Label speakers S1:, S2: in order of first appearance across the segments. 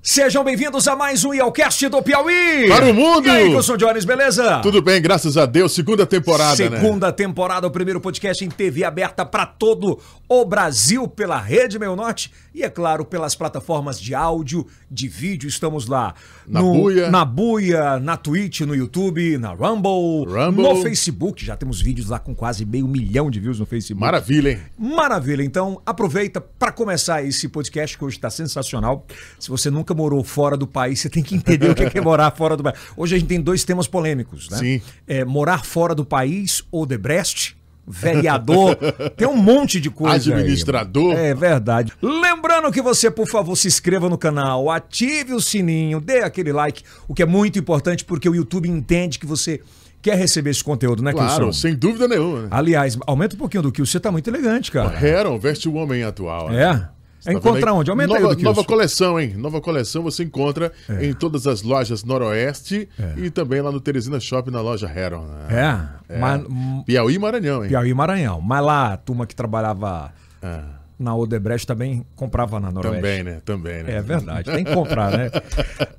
S1: Sejam bem-vindos a mais um Yelcast do Piauí.
S2: Para o mundo!
S1: E aí, Wilson Jones, beleza?
S2: Tudo bem, graças a Deus. Segunda temporada, né?
S1: Segunda temporada, o primeiro podcast em TV aberta para todo o Brasil, pela Rede Meio Norte e, é claro, pelas plataformas de áudio, de vídeo. Estamos lá
S2: Na Buia.
S1: na Buia, na Twitch, no YouTube, na Rumble,
S2: Rumble.
S1: no Facebook. Já temos vídeos lá com quase meio milhão de views no Facebook.
S2: Maravilha, hein?
S1: Maravilha, então aproveita para começar esse podcast que hoje está sensacional. Se você nunca morou fora do país, você tem que entender o que é, que é morar fora do país. Hoje a gente tem dois temas polêmicos, né?
S2: Sim.
S1: É, morar fora do país ou Debrecht, vereador, tem um monte de coisa. aí.
S2: Administrador.
S1: É verdade. Lembrando que você, por favor, se inscreva no canal, ative o sininho, dê aquele like, o que é muito importante porque o YouTube entende que você quer receber esse conteúdo, né,
S2: Claro,
S1: Kilson?
S2: sem dúvida nenhuma. Né?
S1: Aliás, aumenta um pouquinho do que você tá muito elegante, cara.
S2: Heron veste o homem atual. né?
S1: É?
S2: Você
S1: É
S2: tá vendo
S1: encontrar
S2: aí?
S1: onde? Aumenta aí o do
S2: nova,
S1: É. Kilson.
S2: Nova coleção, hein? Nova coleção você encontra em todas as lojas Noroeste e também lá no Teresina Shopping na loja Heron. né?
S1: É, Mas, hum,
S2: Piauí e Maranhão, hein?
S1: Piauí e Maranhão. Mas lá a turma que trabalhava
S2: É.
S1: na Odebrecht também comprava na Noroeste.
S2: Também, né? Também, né?
S1: É verdade, tem que comprar, né?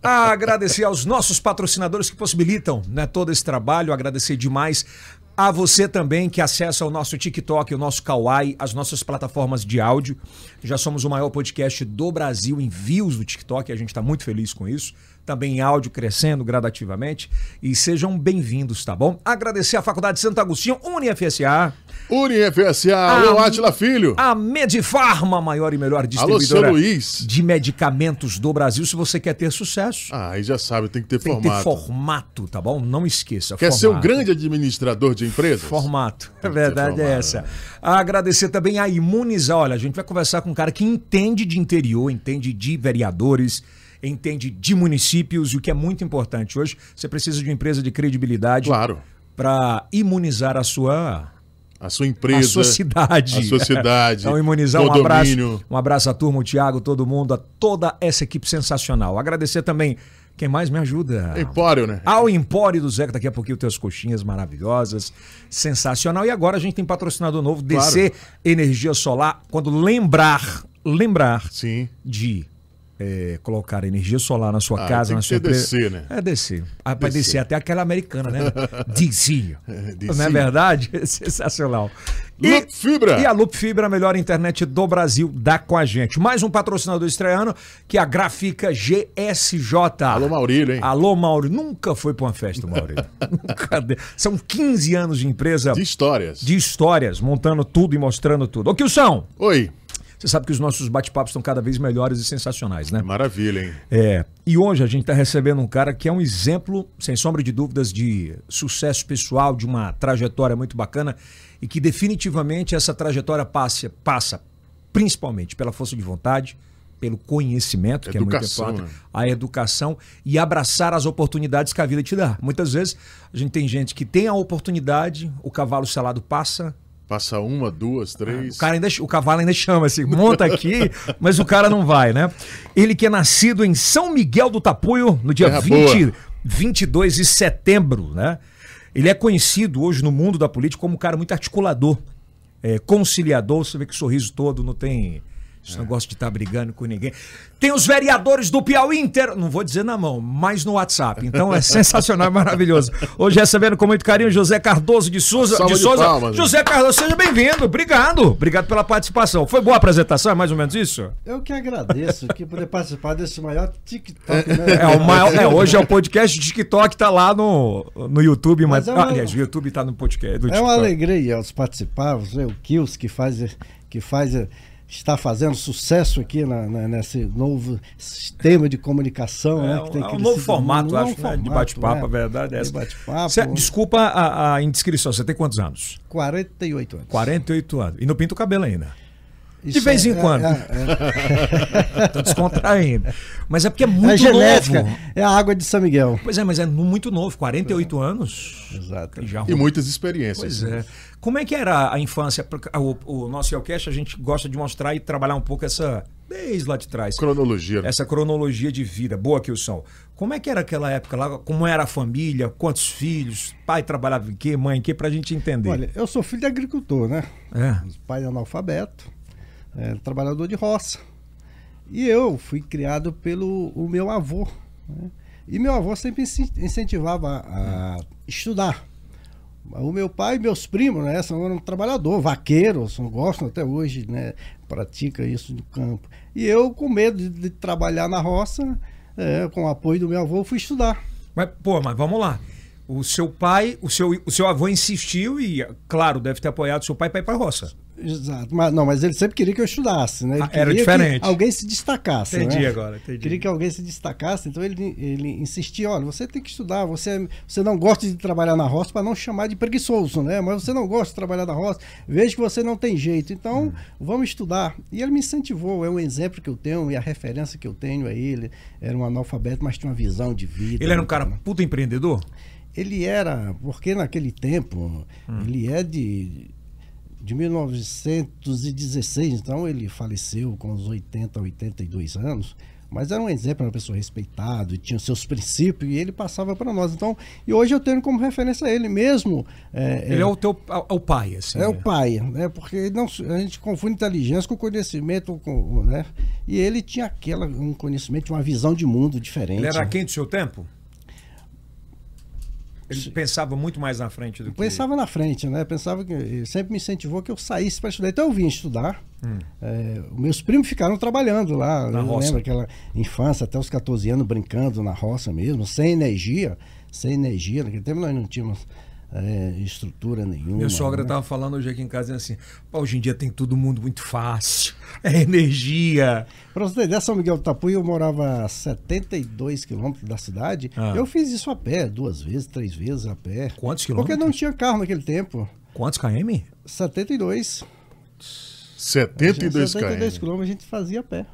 S1: Agradecer aos nossos patrocinadores que possibilitam né, todo esse trabalho, agradecer demais a você também que acessa o nosso TikTok, o nosso Kawaii, as nossas plataformas de áudio. Já somos o maior podcast do Brasil em views do TikTok, a gente está muito feliz com isso. Também em áudio crescendo gradativamente. E sejam bem-vindos, tá bom? Agradecer à Faculdade Santo Agostinho, UniFSA,
S2: UniFSA,
S1: Ah.
S2: alô, Atila Filho.
S1: a Medifarma, a maior e melhor
S2: Alô, seu
S1: distribuidora
S2: Luiz.
S1: de medicamentos do Brasil. Se você quer ter sucesso,
S2: Ah, aí já sabe, tem que ter
S1: tem que ter
S2: formato.
S1: formato, tá bom? Não esqueça.
S2: Quer
S1: formato.
S2: ser um grande administrador de empresas?
S1: Formato. A
S2: que
S1: verdade
S2: ter
S1: é
S2: formato,
S1: essa. Agradecer também a Imunizar. Olha, a gente vai conversar com um cara que entende de interior, entende de vereadores, entende de municípios, e o que é muito importante. Hoje você precisa de uma empresa de credibilidade
S2: Claro.
S1: para imunizar a sua
S2: A sua empresa.
S1: a sua cidade.
S2: A sua cidade.
S1: Então, imunizar, um abraço.
S2: condomínio.
S1: Um abraço à turma, o Thiago, todo mundo, a toda essa equipe sensacional. Agradecer também quem mais me ajuda.
S2: Empório, né?
S1: Ao Empório do Zeca, daqui a pouquinho teus coxinhas maravilhosas, sensacional. E agora a gente tem patrocinador novo, DC Energia Solar. Quando lembrar, lembrar
S2: Sim.
S1: de é, colocar energia solar na sua
S2: Ah,
S1: casa,
S2: tem
S1: na
S2: que
S1: sua
S2: ser DC, né?
S1: É descer. Ah, pra descer até aquela americana, né? DC.
S2: DC.
S1: Não é verdade? Sensacional. E-
S2: Loop Fibra.
S1: E a Loop Fibra, a melhor internet do Brasil, dá com a gente. Mais um patrocinador estreano, que é a gráfica GSJ.
S2: Alô, Maurílio, hein?
S1: Alô, Mauro. Nunca foi pra uma festa, Maurílio. Nunca deu. São 15 anos de empresa
S2: De
S1: de...
S2: histórias.
S1: histórias, montando tudo e mostrando tudo. Ô, Kilson,
S2: Oi.
S1: você sabe que os nossos bate-papos estão cada vez melhores e sensacionais, né?
S2: Maravilha, hein?
S1: É, e hoje a gente está recebendo um cara que é um exemplo, sem sombra de dúvidas, de sucesso pessoal, de uma trajetória muito bacana e que definitivamente essa trajetória passa, passa principalmente pela força de vontade, pelo conhecimento, que
S2: Educação,
S1: é muito importante,
S2: né?
S1: a educação e abraçar as oportunidades que a vida te dá. Muitas vezes a gente tem gente que tem a oportunidade, o cavalo selado passa,
S2: Passa uma,
S3: Ah,
S2: duas,
S1: o,
S2: três.
S1: cara ainda, o cavalo ainda chama assim, monta aqui, mas o cara não vai, né? Ele que é nascido em São Miguel do Tapuio, no dia
S2: Terra
S1: 20,
S2: boa.
S1: 22 de setembro, né? Ele é conhecido hoje no mundo da política como um cara muito articulador, é, conciliador, você vê que o sorriso todo não tem... Esse
S2: É.
S1: negócio de estar brigando com ninguém. Tem os vereadores do Piauí inteiro. Não vou dizer na mão, mas no WhatsApp. Então é sensacional, é maravilhoso. Hoje recebendo com muito carinho José Cardoso de Souza.
S2: Salva
S1: de
S2: de
S1: Souza.
S2: palmas.
S1: José Zé Carlos, seja bem-vindo. Obrigado. Obrigado pela participação. Foi boa a apresentação, é mais ou menos isso?
S3: Eu que agradeço que poder participar desse maior TikTok, né?
S1: É, o maior- é, hoje é o podcast de TikTok, tá lá no, no YouTube, mas.
S3: Mas é uma-
S1: ah, aliás, o YouTube tá no podcast. no
S3: É uma
S1: TikTok.
S3: alegria os participar, você, é o Kills que faz, que faz, está fazendo sucesso aqui na- na- nesse novo sistema de comunicação,
S1: É
S3: né?
S1: um-
S3: que tem
S1: é um
S3: crescido
S1: novo formato,
S3: muito, um
S1: acho,
S3: novo
S1: né, de
S3: formato,
S1: bate-papo,
S3: né?
S1: a verdade é essa.
S3: De bate-papo,
S1: Cê- desculpa a, a indiscrição, você tem quantos anos?
S3: 48 anos.
S1: 48 anos. E não pinta o cabelo ainda.
S3: Isso
S1: vez em
S3: é-
S1: quando.
S3: É, é-
S1: Tô descontraindo. Mas é porque é
S3: é
S1: muito
S3: genética,
S1: novo.
S3: é a água de São Miguel.
S1: Pois é, mas é muito novo, 48 anos.
S3: Exato.
S1: Já
S2: E
S1: arrumou.
S2: muitas experiências.
S1: Pois é. Como é que era a infância? Porque O, o nosso Yelcast, a gente gosta de mostrar e trabalhar um pouco essa. Desde lá de trás.
S2: Cronologia.
S3: É.
S2: né?
S1: Essa cronologia de vida. Boa, Kilson. Como é que era aquela época lá? Como era a família? Quantos filhos? Pai trabalhava em quê? Mãe em quê? Pra gente entender.
S3: Olha, eu sou filho de agricultor, né?
S1: É.
S3: Os pais analfabeto, é, trabalhador de roça. E eu fui criado pelo o meu avô. Né? E meu avô sempre incentivava a estudar. O meu pai e meus primos, né, são eram trabalhador, vaqueiros, gostam até hoje, né, pratica isso no campo. E eu, com medo de, de trabalhar na roça, é, com o apoio do meu avô, fui estudar.
S1: Mas, pô, mas vamos lá. O seu pai, o seu, o seu avô insistiu e, claro, deve ter apoiado o seu pai para ir para a roça.
S3: Exato, mas não, mas ele sempre queria que eu estudasse, né? Ele
S1: Ah, era
S3: queria
S1: diferente.
S3: Que alguém se destacasse.
S1: Entendi
S3: né?
S1: agora, entendi.
S3: Queria que alguém se destacasse, então ele, ele insistia: olha, você tem que estudar, você, você não gosta de trabalhar na roça para não chamar de preguiçoso, né? Mas você não gosta de trabalhar na roça, vejo que você não tem jeito, então
S1: Hum.
S3: vamos estudar. E ele me incentivou, é um exemplo que eu tenho e a referência que eu tenho a ele. Era um analfabeto, mas tinha uma visão de vida.
S1: Ele era um
S3: né,
S1: cara puta empreendedor?
S3: ele era, porque naquele tempo,
S1: Hum.
S3: ele é de, de 1916, então ele faleceu com uns 80, 82 anos, mas era um exemplo, era uma pessoa respeitada, e tinha os seus princípios e ele passava para nós. Então, e hoje eu tenho como referência ele mesmo. é,
S1: Ele é o teu é o pai, assim.
S3: é o pai, né? Porque não, a gente confunde inteligência com conhecimento, com, né? E ele tinha aquela, um conhecimento, uma visão de mundo diferente.
S1: Ele era
S3: né?
S1: quem do seu tempo? Ele pensava muito mais na frente do que.
S3: Pensava na frente, né? Pensava que ele sempre me incentivou que eu saísse para estudar. Então eu vim estudar. É, os meus primos ficaram trabalhando lá.
S1: Hum. Na
S3: eu
S1: roça.
S3: lembro aquela infância, até os 14 anos, brincando na roça mesmo, sem energia. Sem energia. Naquele tempo nós não tínhamos é, estrutura nenhuma.
S1: Minha sogra tá-
S3: né?
S1: tava falando hoje aqui em casa dizendo assim: "Pô, hoje em dia tem todo mundo muito fácil. É energia.
S3: Para você ter ideia, São Miguel do Tapuí, eu morava a 72 quilômetros da cidade.
S1: Ah.
S3: Eu fiz isso a pé, duas vezes, três vezes a pé.
S1: Quantos
S3: Porque não
S1: quilômetros?
S3: tinha carro naquele tempo.
S1: Quantos KM?
S3: 72.
S2: 72
S3: 72
S2: km.
S3: quilômetros a gente fazia a pé.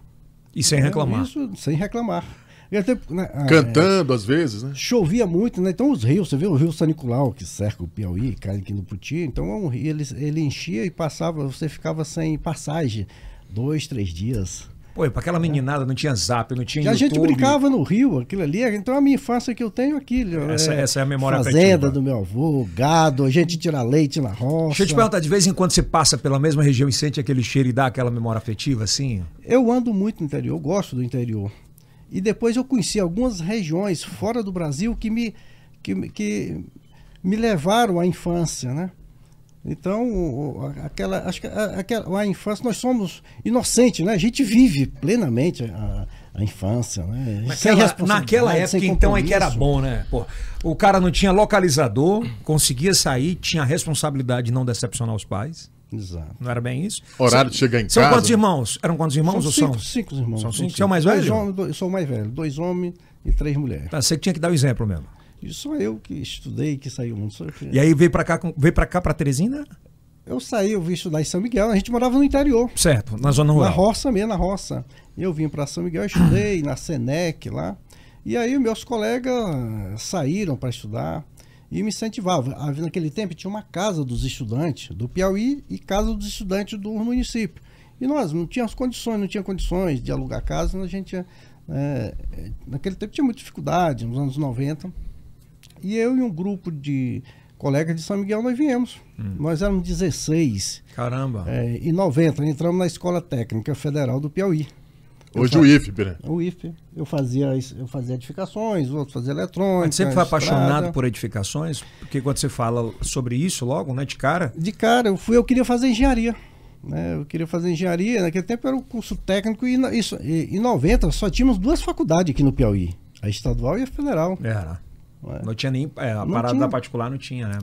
S1: E sem reclamar.
S3: É, Isso, sem reclamar. E até, né, ah,
S2: Cantando às vezes, né?
S3: é, chovia muito, né? Então os rios, você vê o rio San Nicolau, que cerca o Piauí, cai aqui no Puti, então é um rio, ele, ele enchia e passava, você ficava sem passagem dois, três dias.
S1: Pô, pra aquela meninada não tinha zap, não tinha
S3: E a gente
S1: YouTube.
S3: brincava no rio, aquilo ali, então a minha infância que eu tenho aqui.
S1: Essa- essa é a memória
S3: Fazenda
S1: afetiva.
S3: do meu avô, gado, a gente tira leite na roça.
S1: Deixa eu te perguntar, de vez em quando você passa pela mesma região e sente aquele cheiro e dá aquela memória afetiva, assim?
S3: Eu ando muito no interior, eu gosto do interior. E depois eu conheci algumas regiões fora do Brasil que me, que, me- que me levaram à infância, né? Então, o- o- aquela, acho que a- aquela, a infância, nós somos inocentes, né? A gente vive plenamente a, a infância, né? Sem
S1: Naquela,
S3: responsabilidade,
S1: naquela época,
S3: sem
S1: então, é que era
S3: compromisso.
S1: bom, né? Pô, o cara não tinha localizador, conseguia sair, tinha a responsabilidade de não decepcionar os pais.
S3: Exato.
S1: Não era bem isso?
S2: Horário de chegar em
S1: são
S2: casa.
S1: quantos irmãos? Eram quantos irmãos
S3: são
S1: ou são?
S3: cinco, cinco irmãos.
S1: São cinco? Você
S3: Você
S1: é o mais velho?
S3: eu sou o mais velho. Dois homens e três mulheres.
S1: Tá, você que tinha que dar o exemplo mesmo.
S3: E só eu que estudei, que saí muito. Só eu que-
S1: E aí veio pra cá, com- veio pra cá pra Teresina?
S3: Eu saí, eu vim estudar em São Miguel, a gente morava no interior,
S1: Certo, na zona
S3: na
S1: rural.
S3: roça mesmo, na roça. Eu vim para São Miguel, eu estudei na Senec lá. E aí meus colegas saíram para estudar e me incentivavam. Havia naquele tempo tinha uma casa dos estudantes do Piauí e casa dos estudantes do município. E nós não tínhamos condições, não tinha condições de alugar casa, a gente eh, eh, naquele tempo tinha muita dificuldade, nos anos 90. E eu e um grupo de colegas de São Miguel nós viemos. Nós éramos 16
S1: Caramba.
S3: é, em 90, entramos na Escola Técnica Federal do Piauí,
S2: Hoje o IFB, né?
S3: o IFE. Eu fazia, es- eu fazia edificações, o outro fazia eletrônica.
S1: Mas sempre foi apaixonado
S3: estrada.
S1: por edificações, porque quando você fala sobre isso logo, né, de cara,
S3: De cara, eu fui, eu queria fazer engenharia. Né? Eu queria fazer engenharia, naquele tempo era o curso técnico e, na- isso, e em 90 só tínhamos duas faculdades aqui no Piauí, a estadual e a federal. né?
S1: era.
S3: Ué.
S1: Não tinha nem. é, a
S3: Não
S1: parada
S3: tinha.
S1: da particular não tinha, né?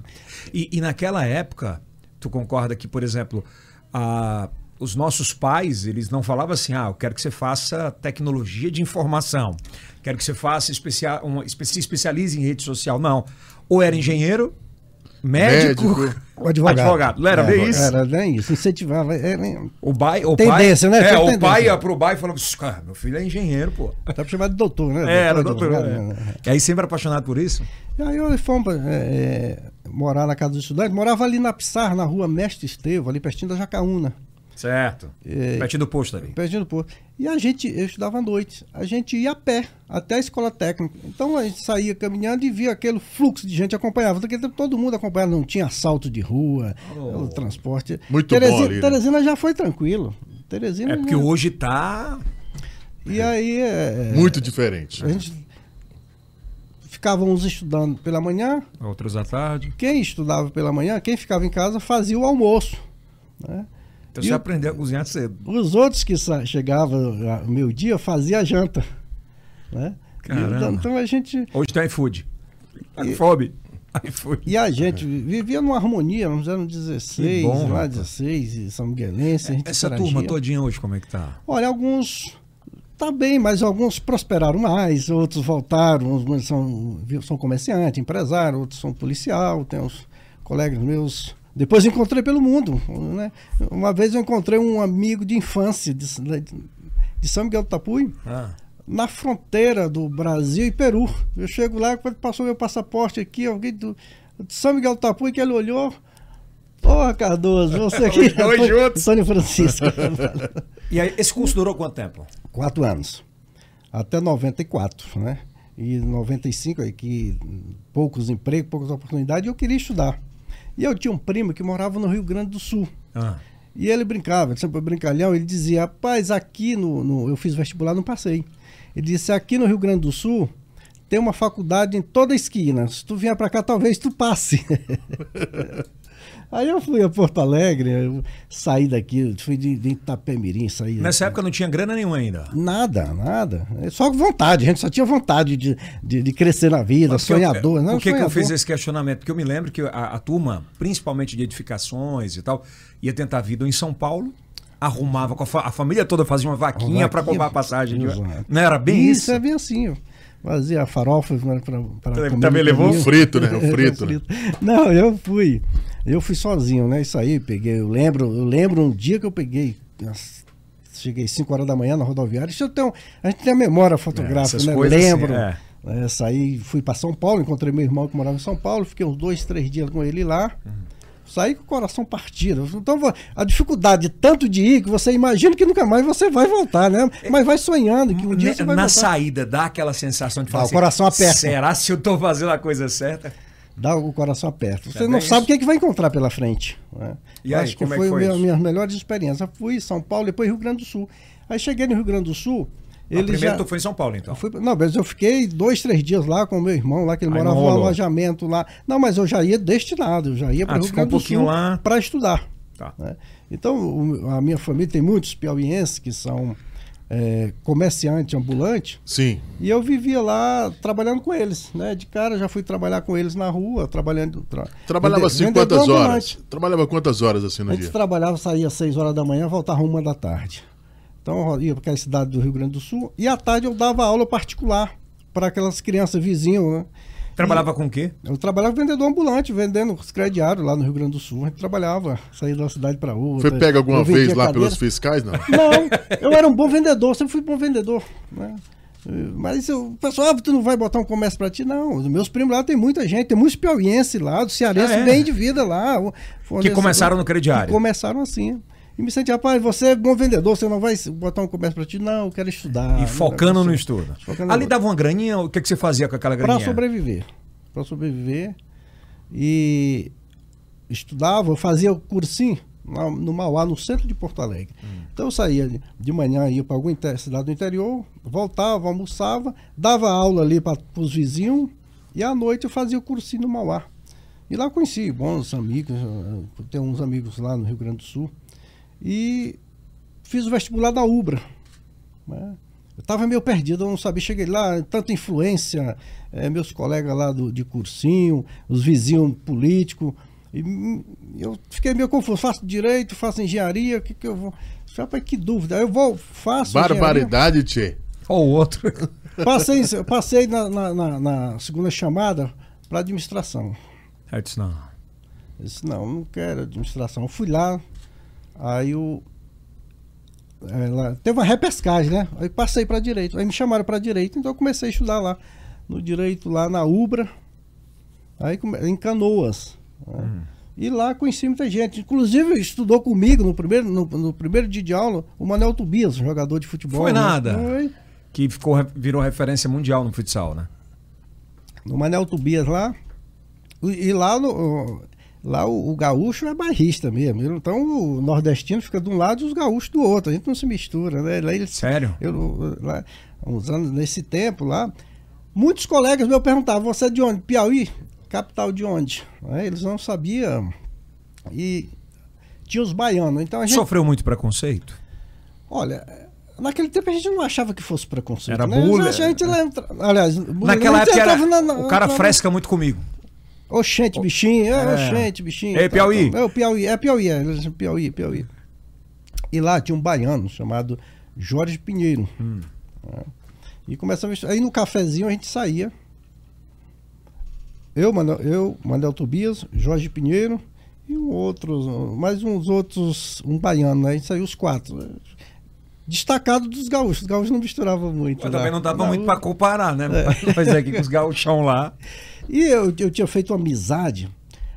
S1: E, e naquela época, tu concorda que, por exemplo, a- os nossos pais, eles não falavam assim, ah, eu quero que você faça tecnologia de informação, quero que você faça especia, um, espe- se especialize em rede social. Não. Ou era engenheiro, médico,
S2: Médico.
S3: O advogado. É,
S1: Não era bem isso?
S3: Era bem isso, incentivava. Era,
S1: O pai, o
S3: Tendência,
S1: pai,
S3: né?
S1: É,
S3: Tinha
S1: o
S3: tendência.
S1: pai ia pro bar e falava, "Sus, cara, meu filho é engenheiro, pô.
S3: Tá chamado de doutor, né?
S1: É, era doutor.
S3: Doutor, advogado, né?
S1: é. E aí sempre apaixonado por isso?
S3: E aí eu fomos pra, é, é, morar na casa dos estudantes. Morava ali na Pissarra, na rua Mestre Estevão, ali pertinho da Jacaúna.
S1: Certo.
S3: É.
S1: Pertinho do posto ali.
S3: Pertinho do posto. E a gente, eu estudava à noite. A gente ia a pé até a escola técnica. Então a gente saía caminhando e via aquele fluxo de gente acompanhava. Naquele tempo todo mundo acompanhava, não tinha assalto de rua,
S1: Oh.
S3: o transporte.
S2: Muito bom
S3: Teresina,
S2: ali, né?
S3: Teresina já foi tranquilo. Teresina
S1: É porque
S3: já-
S1: hoje É tá.
S3: E aí. é,
S2: Muito diferente.
S3: A gente ficava uns estudando pela manhã,
S1: Outros à tarde.
S3: quem estudava pela manhã, quem ficava em casa fazia o almoço. né?
S1: Então
S3: E
S1: você
S3: o-
S1: aprendeu a cozinhar cedo.
S3: Os outros que sa- chegavam ao meio-dia fazia a janta. Né? E
S1: Caramba.
S3: Então então a gente.
S1: Hoje tem iFood. iFood. iFood.
S3: E a gente vivia numa harmonia, nos anos 16,
S1: É. Que bom,
S3: lá
S1: rapaz.
S3: 16, e São Miguelense. a gente
S1: Essa
S3: interagia.
S1: turma todinha hoje, como é que tá?
S3: Olha, alguns tá bem, mas alguns prosperaram mais, outros voltaram, alguns são, são comerciante, empresário, outros são policial, tem uns colegas meus. Depois encontrei pelo mundo, né? Uma vez eu encontrei um amigo de infância de, de São Miguel do Tapuí,
S1: Ah,
S3: na fronteira do Brasil e Peru. Eu chego lá, quando passou meu passaporte aqui, alguém do de São Miguel do Tapuí, que ele olhou, porra, Cardoso, você aqui,
S1: Os dois juntos.
S3: Sônia Francisco.
S1: E aí, esse curso durou quanto tempo?
S3: quatro anos, até 94, né? E 95 aí que hum, poucos empregos, poucas oportunidades, eu queria estudar. E eu tinha um primo que morava no Rio Grande do Sul.
S1: Ah,
S3: E ele brincava, ele sempre foi brincalhão, ele dizia, rapaz, aqui no, no- Eu fiz vestibular, não passei. Ele disse, aqui no Rio Grande do Sul tem uma faculdade em toda esquina. Se tu vier pra cá, talvez tu passe. Aí eu fui a Porto Alegre, eu saí daqui, eu fui de, de Itapemirim, saí.
S1: nessa época não tinha grana nenhuma ainda.
S3: Nada, nada. É Só vontade, a gente só tinha vontade de, de, de crescer na vida,
S1: Por
S3: sonhador. né?
S1: que, que eu
S3: Sonhador.
S1: fiz esse questionamento? Porque eu me lembro que a, a turma, principalmente de edificações e tal, ia tentar a vida em São Paulo, arrumava, com a, fa- a família toda fazia uma vaquinha para comprar a passagem. de-
S3: Exato.
S1: Não era bem isso?
S3: é bem assim. eu Fazia farofa né, para
S1: Também levou
S2: O frito, né? O frito. né?
S3: Não, eu fui. Eu fui sozinho, né? Isso aí, peguei. Eu lembro, eu lembro um dia que eu peguei. nossa, Cheguei 5 horas da manhã na rodoviária. Isso eu tenho, a gente tem a memória fotográfica,
S1: essas
S3: né?
S1: coisas assim,
S3: Lembro.
S1: é.
S3: É, saí, fui para São Paulo, encontrei meu irmão que morava em São Paulo, fiquei uns dois, três dias com ele lá. Saí com o coração partido. Então, vo- a dificuldade tanto de ir que você imagina que nunca mais você vai voltar, né? Mas vai sonhando que um dia
S1: Ne-
S3: você
S1: É. Né, na
S3: vai voltar.
S1: saída dá aquela sensação de falar assim,
S3: o coração aperta.
S1: Será se eu tô fazendo a coisa certa?
S3: dá o coração aperto. Você
S1: bem
S3: não sabe
S1: isso.
S3: o que, é que vai encontrar pela frente. né?
S1: E
S3: Eu
S1: aí,
S3: acho que
S1: como é que
S3: foi
S1: foi
S3: minha,
S1: isso?
S3: minhas melhores experiências. Eu Fui em São Paulo, depois Rio Grande do Sul. Aí cheguei no Rio Grande do Sul.
S1: Ele
S3: Ele
S1: primeiro
S3: já...
S1: tu foi em São Paulo, então.
S3: Eu fui- não, mas eu fiquei dois, três dias lá com o meu irmão, lá que ele
S1: Aí
S3: morava
S1: não
S3: no
S1: rolou.
S3: alojamento lá. Não, mas eu já ia destinado, eu já ia
S1: Ah,
S3: para o
S1: tu
S3: Rio
S1: ficou um
S3: Grande do
S1: pouquinho
S3: Sul
S1: lá.
S3: para estudar.
S1: Tá.
S3: né? Então, o- a minha família tem muitos piauienses que são eh, comerciantes ambulantes.
S2: Sim.
S3: E eu vivia lá trabalhando com eles, né? De cara já fui trabalhar com eles na rua, trabalhando. tra-
S2: Trabalhava
S3: vende-
S2: assim
S3: vendedor
S2: quantas horas?
S3: ambulante.
S2: Trabalhava quantas horas assim
S3: A
S2: no
S3: gente
S2: dia?
S3: trabalhava, saía às 6 horas da manhã, voltava uma da tarde. Então eu ro- ia para aquela cidade do Rio Grande do Sul e à tarde eu dava aula particular para aquelas crianças vizinhas, né?
S1: Trabalhava com o quê?
S3: Eu trabalhava vendedor ambulante, vendendo os crediários lá no Rio Grande do Sul. A gente trabalhava, saía de uma cidade para outra.
S2: Foi pega alguma
S3: Eu vendia
S2: vez lá
S3: cadeira.
S2: pelos fiscais? Não.
S3: Não, eu era um bom vendedor, sempre fui bom vendedor. Né? Eh, Mas eu- o pessoal, ah, tu não vai botar um comércio pra ti? Não, os meus primos lá tem muita gente, tem muitos piauiense lá, do cearense
S1: Ah, é?
S3: bem de vida lá. o-
S1: Que
S3: fornecedor-
S1: começaram no crediário.
S3: Que começaram assim. E me senti, rapaz, você é bom vendedor, você não vai botar um comércio pra ti? Não, eu quero estudar.
S1: e focando no
S3: no
S1: estudo.
S3: Ah, Focando
S1: Ali
S3: no-
S1: dava uma graninha, o que, que você fazia com aquela
S3: Pra
S1: graninha?
S3: sobreviver. Pra sobreviver. E estudava, eu fazia o cursinho lá no Mauá, no centro de Porto Alegre. Então eu saía de- de manhã, ia para alguma inte- cidade do interior, voltava, almoçava, dava aula ali para os vizinhos e à noite eu fazia o cursinho no Mauá. E lá eu conheci bons amigos, eh, tenho uns amigos lá no Rio Grande do Sul. E fiz o vestibular da Ubra. né? Eu estava meio perdido, eu não sabia. Cheguei lá, tanta influência, eh, meus colegas lá do, de cursinho, os vizinhos políticos. E hum, eu fiquei meio confuso. Faço direito, faço engenharia, o que, que eu vou. Falei, Rapaz, que dúvida. Eu vou, faço. engenharia.
S2: Barbaridade, Tchê.
S1: Ou outro.
S3: Passei, em- passei na, na- na- na segunda chamada para administração.
S1: Aí eu disse, não.
S3: Eu disse, não, não quero administração. Eu fui lá, aí o. Ela, teve uma repescagem, né? Aí passei para direito. Aí me chamaram para direito, então eu comecei a estudar lá. No direito, lá na Ubra, aí come- em Canoas. né?
S1: Hum.
S3: E lá conheci muita gente. Inclusive, estudou comigo no primeiro, no, no primeiro dia de aula o Manuel Tobias, um jogador de futebol.
S1: Foi
S3: né?
S1: nada.
S3: Foi.
S1: Que ficou, re- virou referência mundial no futsal, né?
S3: no Manel Tobias lá. E e lá no, Lá o, o gaúcho é barrista mesmo. Então o nordestino fica de um lado e os gaúchos do outro. A gente não se mistura, né? Lá eles,
S1: Sério?
S3: Eu, lá, uns anos, nesse tempo lá, muitos colegas meu perguntavam: você é de onde? Piauí? Capital de onde? Né? Eles não sabiam. E tinha os baianos. Então a gente.
S1: Sofreu muito preconceito?
S3: Olha. Naquele tempo a gente não achava que fosse preconceito.
S1: Era
S3: né? Eles
S1: bullying.
S3: acham- A gente lembra, aliás, bullying,
S1: Naquela
S3: a gente
S1: época era-
S3: entrava na- na-
S1: o cara
S3: na-
S1: fresca muito comigo.
S3: Oxente, bichinho, é, oxente, bichinho.
S1: Ei,
S3: Tá,
S1: Piauí.
S3: tá. É o Piauí, é Piauí, é, eles chamam Piauí, Piauí. E lá tinha um baiano chamado Jorge Pinheiro.
S1: Hum.
S3: É. E começava a estudar. Aí no cafezinho a gente saía. Eu, Mano, eu, Manuel Tobias, Jorge Pinheiro e um outros, mais uns outros, um baiano, né? A gente saiu os quatro. Destacado dos gaúchos. Os gaúchos não misturavam muito. né?
S1: Mas
S3: lá.
S1: também não dava
S3: Na
S1: muito
S3: rua.
S1: pra comparar, né? Mas é que com os gauchão lá.
S3: E eu, eu tinha feito uma amizade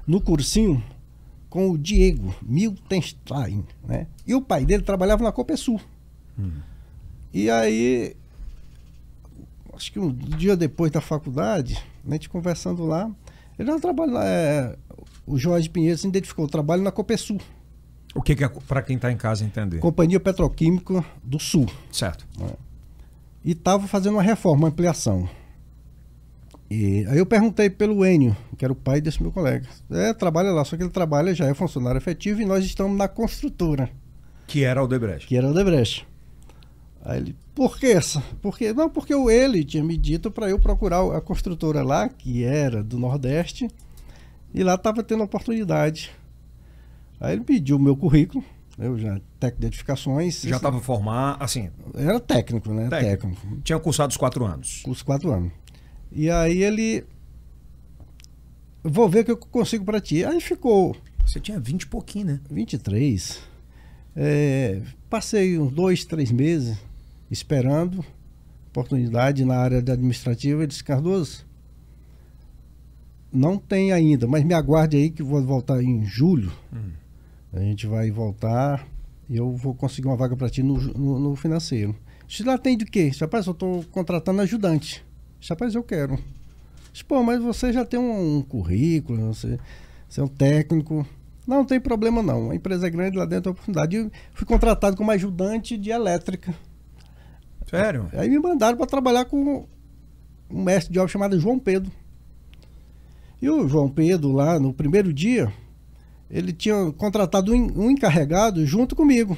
S3: no cursinho com o Diego Miltenstein, né? E o pai dele trabalhava na Copesul. E aí, acho que um dia depois da faculdade, né, a gente conversando lá, ele não trabalha é, o Jorge Pinheiro se identificou, trabalho na Copesul,
S1: O que, que é pra quem tá em casa entender?
S3: Companhia Petroquímica do Sul.
S1: Certo.
S3: e estava fazendo uma reforma, uma ampliação. E aí eu perguntei pelo Enio, que era o pai desse meu colega. É, trabalha lá, só que ele trabalha, já é funcionário efetivo e nós estamos na construtora,
S1: Que era o Debrecht.
S3: que era o Debrecht. Aí ele, por que essa? Porque, não, porque o ele tinha me dito para eu procurar a construtora lá, que era do Nordeste, e lá estava tendo oportunidade. Aí ele pediu o meu currículo, eu já, técnico de edificações.
S1: Já estava formado, assim,
S3: Era técnico, né?
S1: Técnico.
S3: técnico
S1: tinha cursado os quatro anos.
S3: com os quatro anos. E aí ele. Vou ver o que eu consigo pra ti. Aí ficou
S1: Você tinha 20 e pouquinho, né?
S3: 23. É, passei uns dois, três meses esperando oportunidade na área da administrativa. Ele disse, Cardoso, não tem ainda, mas me aguarde aí que eu vou voltar em julho. A gente vai voltar e eu vou conseguir uma vaga para ti no, ju- no, no financeiro. Se lá tem de quê? Disse, Rapaz, eu estou contratando ajudante. Disse, Rapaz, eu quero. Disse, Pô, mas você já tem um, um currículo, você, você é um técnico. Não, não tem problema não. A empresa é grande, lá dentro tem oportunidade. Eu fui contratado como ajudante de elétrica.
S1: Sério?
S3: Aí me mandaram para trabalhar com um mestre de obra chamado João Pedro. E o João Pedro, lá no primeiro dia, ele tinha contratado um en- um encarregado junto comigo.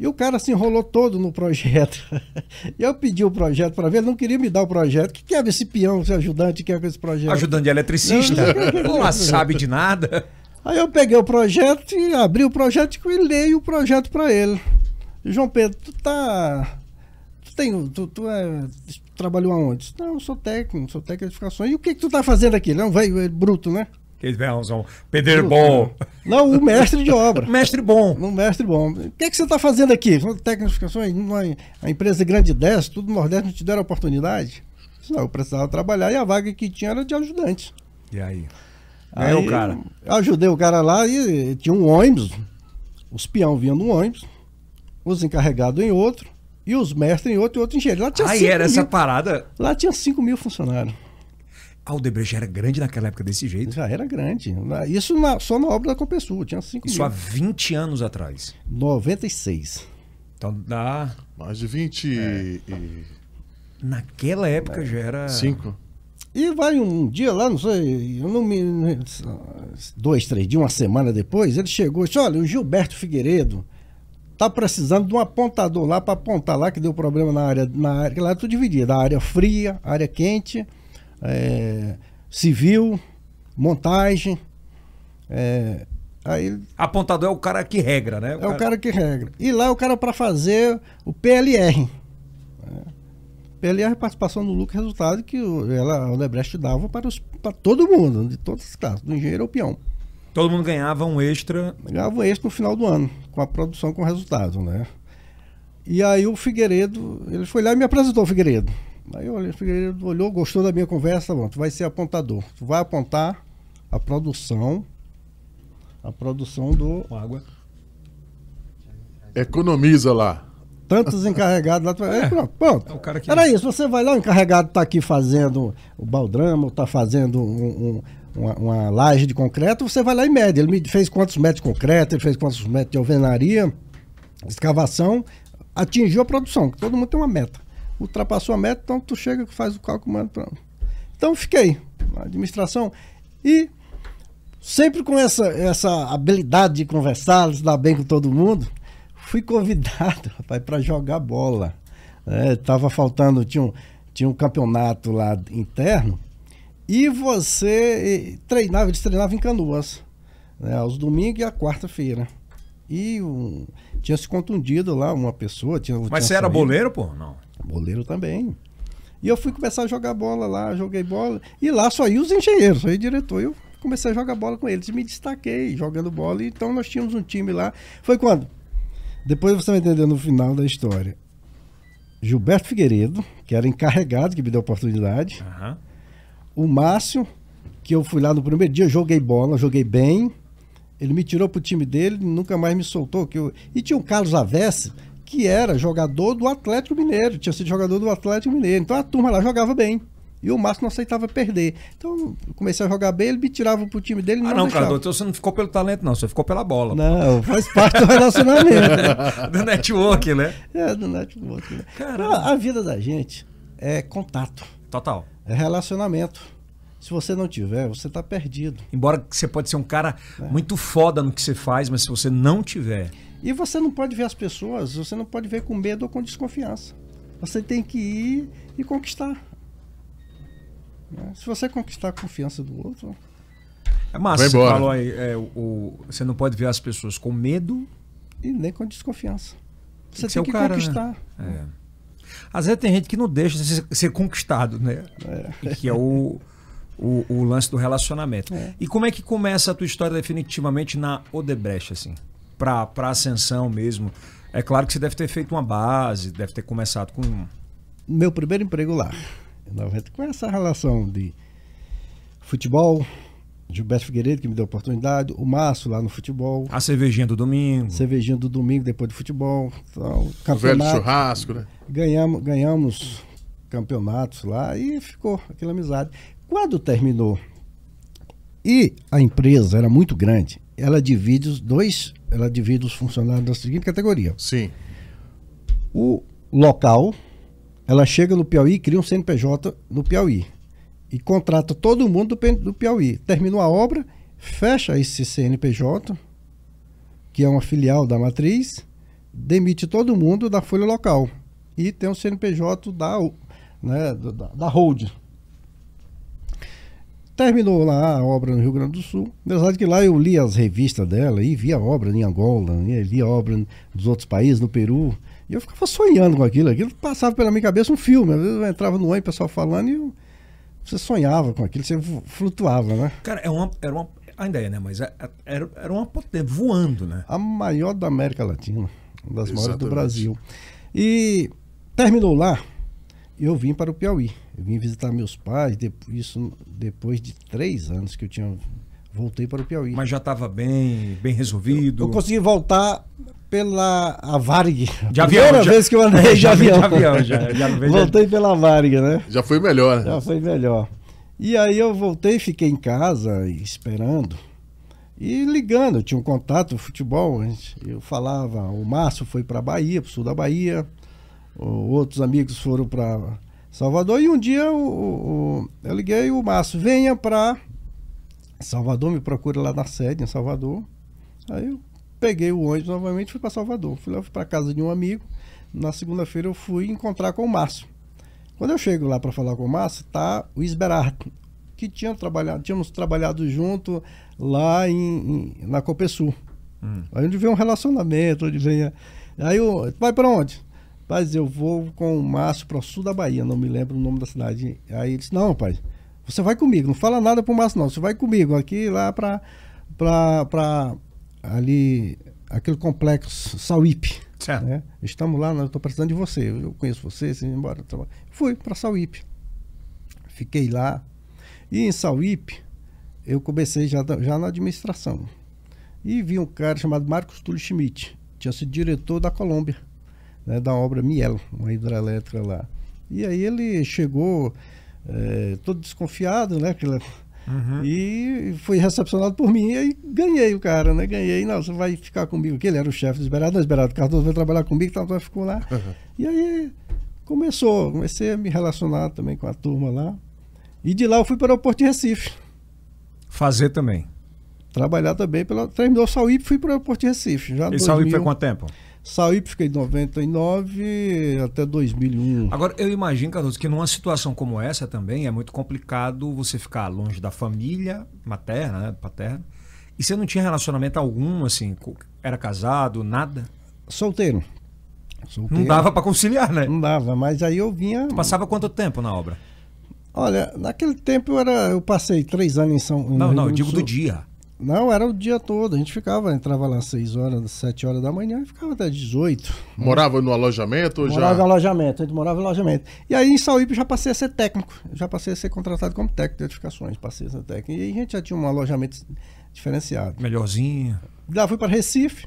S3: E o cara se enrolou todo no projeto. e eu pedi o projeto para ver, ele não queria me dar o projeto. O que que é esse peão, esse ajudante, que é com esse projeto?
S1: Ajudando de eletricista. Não sabe de nada.
S3: Aí eu peguei o projeto e abri o projeto e leio o projeto para ele. João Pedro, tu tá. Tu, tem, tu, tu é, trabalhou aonde? Não, eu sou técnico, sou técnico de edificações. E o que, que tu tá fazendo aqui? Ele é um velho é bruto, né?
S1: Que eles vão, são pedreiro bom.
S3: Não, o mestre de obra.
S1: Mestre bom.
S3: Um mestre bom. O que, é que você está fazendo aqui? Sou Técnico de edificações, não é- a empresa grande dessa, tudo no Nordeste, não te deram oportunidade? Não, eu precisava trabalhar e a vaga que tinha era de ajudante.
S1: E aí? Ganhou o cara.
S3: eu ajudei o cara lá e tinha um ônibus. Os peão vinham num ônibus, os encarregados em outro, e os mestres em outro e outro engenheiro. Lá tinha,
S1: Aí
S3: cinco
S1: era essa
S3: mil-
S1: parada.
S3: lá tinha 5 mil funcionários.
S1: Ah, o Debrecht era grande naquela época desse jeito.
S3: Já era grande. Na- Isso na- só na obra da Copesul, tinha 5
S1: Isso
S3: mil.
S1: há 20 anos atrás.
S3: 96.
S1: Então dá.
S2: Mais de 25.
S1: Naquela época já
S3: É.
S1: era.
S3: E vai um dia lá, não sei, eu não me. Dois, três dias, uma semana depois, ele chegou e disse: Olha, o Gilberto Figueiredo tá precisando de um apontador lá para apontar lá, que deu problema na área, na área, que lá é tudo dividido, a área fria, a área quente, é, civil, montagem. é, aí ele-
S1: Apontador é o cara que regra, né?
S3: é o cara que regra. E lá é o cara para fazer o PLR. né? PLR é participação no lucro e resultado que o, ela, a Odebrecht dava para, os, para todo mundo, de todas as classes, do engenheiro ao peão.
S1: Todo mundo ganhava um extra.
S3: Ganhava esse no final do ano, com a produção com resultado, né? E aí o Figueiredo, ele foi lá e me apresentou o Figueiredo. Aí eu olhei, o Figueiredo olhou, gostou da minha conversa, bom, tu vai ser apontador. Tu vai apontar a produção, a produção do,
S1: Com água.
S2: Economiza lá.
S3: tantos encarregados lá. tu vai-
S1: É,
S3: pronto, pronto.
S1: é o cara que-
S3: tá Era isso, você vai lá, o encarregado está aqui tá fazendo o baldrama, está fazendo um, um- uma, uma laje de concreto, você vai lá e mede. Ele me fez quantos metros de concreto, ele fez quantos metros de alvenaria, escavação, atingiu a produção. Todo mundo tem uma meta. Ultrapassou a meta, então tu chega, faz o cálculo, manda pra... Então fiquei na administração e sempre com essa, essa habilidade de conversar, se dar bem com todo mundo, fui convidado para jogar bola. É, tava faltando, tinha um, tinha um campeonato lá interno e você treinava, eles treinavam em canoas, né, aos domingos e à quarta-feira. E um, tinha se contundido lá uma pessoa. Tinha,
S1: Mas
S3: tinha
S1: você era
S3: saído.
S1: boleiro, pô? Não.
S3: Boleiro também. E eu fui começar a jogar bola lá, joguei bola. E lá só ia os engenheiros, só ia diretor. Eu comecei a jogar bola com eles. E me destaquei jogando bola. Então nós tínhamos um time lá. Foi quando? Depois você vai entender no final da história. Gilberto Figueiredo, que era encarregado, que me deu a oportunidade.
S1: Aham.
S3: O Márcio, que eu fui lá no primeiro dia, joguei bola, joguei bem. Ele me tirou pro time dele, nunca mais me soltou. Que eu... E tinha o Carlos Avesse, que era jogador do Atlético Mineiro, tinha sido jogador do Atlético Mineiro. Então a turma lá jogava bem. E o Márcio não aceitava perder. Então eu comecei a jogar bem, ele me tirava pro time dele e
S1: Ah,
S3: não,
S1: não,
S3: deixava.
S1: cara, então você não ficou pelo talento, não. Você ficou pela bola.
S3: Não, faz parte do relacionamento. né?
S1: Do network, né?
S3: É, do network. né?
S1: Caramba.
S3: Então, a vida da gente é contato,
S1: Total.
S3: é relacionamento. Se você não tiver, você está perdido.
S1: Embora você pode ser um cara muito foda no que você faz, mas se você não tiver...
S3: E você não pode ver as pessoas, você não pode ver com medo ou com desconfiança. Você tem que ir e conquistar. Né? Se você conquistar a confiança do outro,
S1: É massa,
S2: Vai
S1: você
S2: embora.
S1: falou aí, é, o, o- você não pode ver as pessoas com medo.
S3: e nem com desconfiança. Você
S1: que ser
S3: tem
S1: o
S3: que
S1: cara, né?
S3: conquistar.
S1: Às vezes tem gente que não deixa de ser, ser conquistado, né? Que é o, o, o lance do relacionamento. E como é que começa a tua história definitivamente na Odebrecht, assim? Pra, pra ascensão mesmo. É claro que você deve ter feito uma base, deve ter começado com...
S3: meu primeiro emprego lá. Em 90, com essa relação de futebol, Gilberto Figueiredo, que me deu a oportunidade, o Márcio lá no futebol,
S1: A cervejinha do domingo.
S3: cervejinha do domingo depois do futebol, tal,
S2: O velho
S3: campeonato,
S2: churrasco, né?
S3: ganhamos, ganhamos campeonatos lá e ficou aquela amizade. Quando terminou e a empresa era muito grande, ela divide os dois, ela divide os funcionários da seguinte categoria.
S2: Sim.
S3: o local, ela chega no Piauí e cria um CNPJ no Piauí. E contrata todo mundo do Pen- do Piauí. Terminou a obra, fecha esse CNPJ, que é uma filial da matriz, demite todo mundo da folha local. E tem um o CNPJ da, o- né, do- da, da Hold. Terminou lá a obra no Rio Grande do Sul. Apesar de que lá eu li as revistas dela e via obra em Angola, e li a obra dos outros países, no Peru. E eu ficava sonhando com aquilo. Aquilo passava pela minha cabeça um filme. Às vezes eu entrava no ônibus, o pessoal falando, e eu- você sonhava com aquilo, você vo- flutuava, né?
S1: Cara, é uma, era uma... Ainda é, né? Mas é- é- era, era uma potência voando, né?
S3: a maior da América Latina, uma das maiores do
S2: Exatamente.
S3: Brasil. E terminou lá, eu vim para o Piauí. Eu vim visitar meus pais, de- isso depois de três anos que eu tinha. Voltei para o Piauí.
S1: Mas já estava bem, bem resolvido.
S3: eu consegui voltar pela a Varig.
S1: De
S3: a
S1: avião,
S3: primeira
S1: já-
S3: vez que eu andei de
S1: já veio
S3: avião.
S1: de avião, já- já veio de-
S3: Voltei pela Varig, né?
S2: Já foi melhor, né?
S3: Já foi melhor. E aí eu voltei, fiquei em casa esperando e ligando. Eu tinha um contato futebol, a gente- eu falava. O Márcio foi para Bahia, para sul da Bahia. o- Outros amigos foram para Salvador. E um dia o- o- o- eu liguei o Márcio, venha para Salvador, me procura lá na sede em Salvador. Aí eu peguei o ônibus novamente e fui para Salvador. Fui lá para casa de um amigo. Na segunda-feira eu fui encontrar com o Márcio. Quando eu chego lá para falar com o Márcio, tá o Isberardo, que tinha trabalhado, tínhamos trabalhado junto lá em, em- na Copesul.
S1: Hum,
S3: Aí onde vem um relacionamento, onde vem. a- Aí eu, vai para onde? Rapaz, eu vou com o Márcio para o sul da Bahia, não me lembro o nome da cidade. Aí ele disse: Não, pai, você vai comigo, não fala nada pro Márcio, não. Você vai comigo aqui lá para. para. ali. aquele complexo Sauípe.
S1: Certo.
S3: né? Estamos lá, eu estou precisando de você. Eu conheço você, você vai embora. eu trabalho. Fui para Sauípe. Fiquei lá. E em Sauípe, eu comecei já, da- já na administração. E vi um cara chamado Marcos Túlio Schmidt. Tinha sido diretor da Colômbia, né, da obra Miel, uma hidrelétrica lá. E aí ele chegou eh, todo desconfiado, né? que ele-
S1: Uhum.
S3: E foi recepcionado por mim e aí ganhei o cara, né? Ganhei, não, você vai ficar comigo aqui. Ele era o chefe do Esberado, não, Esberado Cardoso vai trabalhar comigo, tal, tal, ficou lá. E aí começou, comecei a me relacionar também com a turma lá. E de lá eu fui para o aeroporto de Recife.
S1: Fazer também.
S3: Trabalhar também pela. Terminou o Sauípe, fui para o aeroporto de Recife. Já
S1: E Sauípe foi
S3: 2000.
S1: quanto tempo?
S3: Sauípe fiquei de 99 até 2001.
S1: Agora, eu imagino, Cardoso, que numa situação como essa também é muito complicado você ficar longe da família materna, né, paterna, e você não tinha relacionamento algum, assim, co- era casado, nada.
S3: Solteiro. Solteiro.
S1: Não dava pra conciliar, né?
S3: Não dava, mas aí eu vinha.
S1: Passava quanto tempo na obra?
S3: Olha, naquele tempo eu, era, eu passei três anos em São no
S1: Não,
S3: Rio
S1: não, eu
S3: Grande
S1: digo do
S3: Sul.
S1: dia.
S3: Não, era o dia todo. A gente ficava, entrava lá às 6 horas, 7 horas da manhã e ficava até 18.
S2: Morava no alojamento ou
S3: Morava em
S2: já?
S3: alojamento, a gente morava em alojamento. E aí em Sauípe eu já passei a ser técnico, eu já passei a ser contratado como técnico de edificações, passei a ser técnico. E aí a gente já tinha um alojamento diferenciado. né?
S1: Melhorzinho.
S3: Da fui para Recife.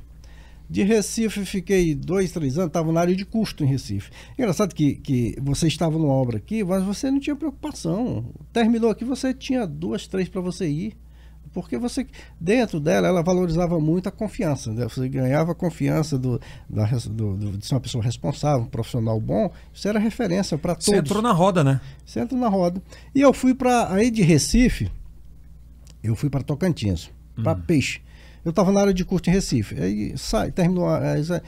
S3: De Recife fiquei dois, três anos, estava na área de custo em Recife. Engraçado que, que você estava numa obra aqui, mas você não tinha preocupação. Terminou aqui, você tinha duas, três para você ir. Porque você, dentro dela, ela valorizava muito a confiança. né? Você ganhava a confiança do, da, res- do- do- de ser uma pessoa responsável, um profissional bom. Isso era referência para todos.
S1: Você entrou na roda, né?
S3: Você entra na roda. E eu fui para aí de Recife, eu fui para Tocantins, para Peixe. Eu estava na área de custo em Recife. Aí sai, terminou, a- a- essa-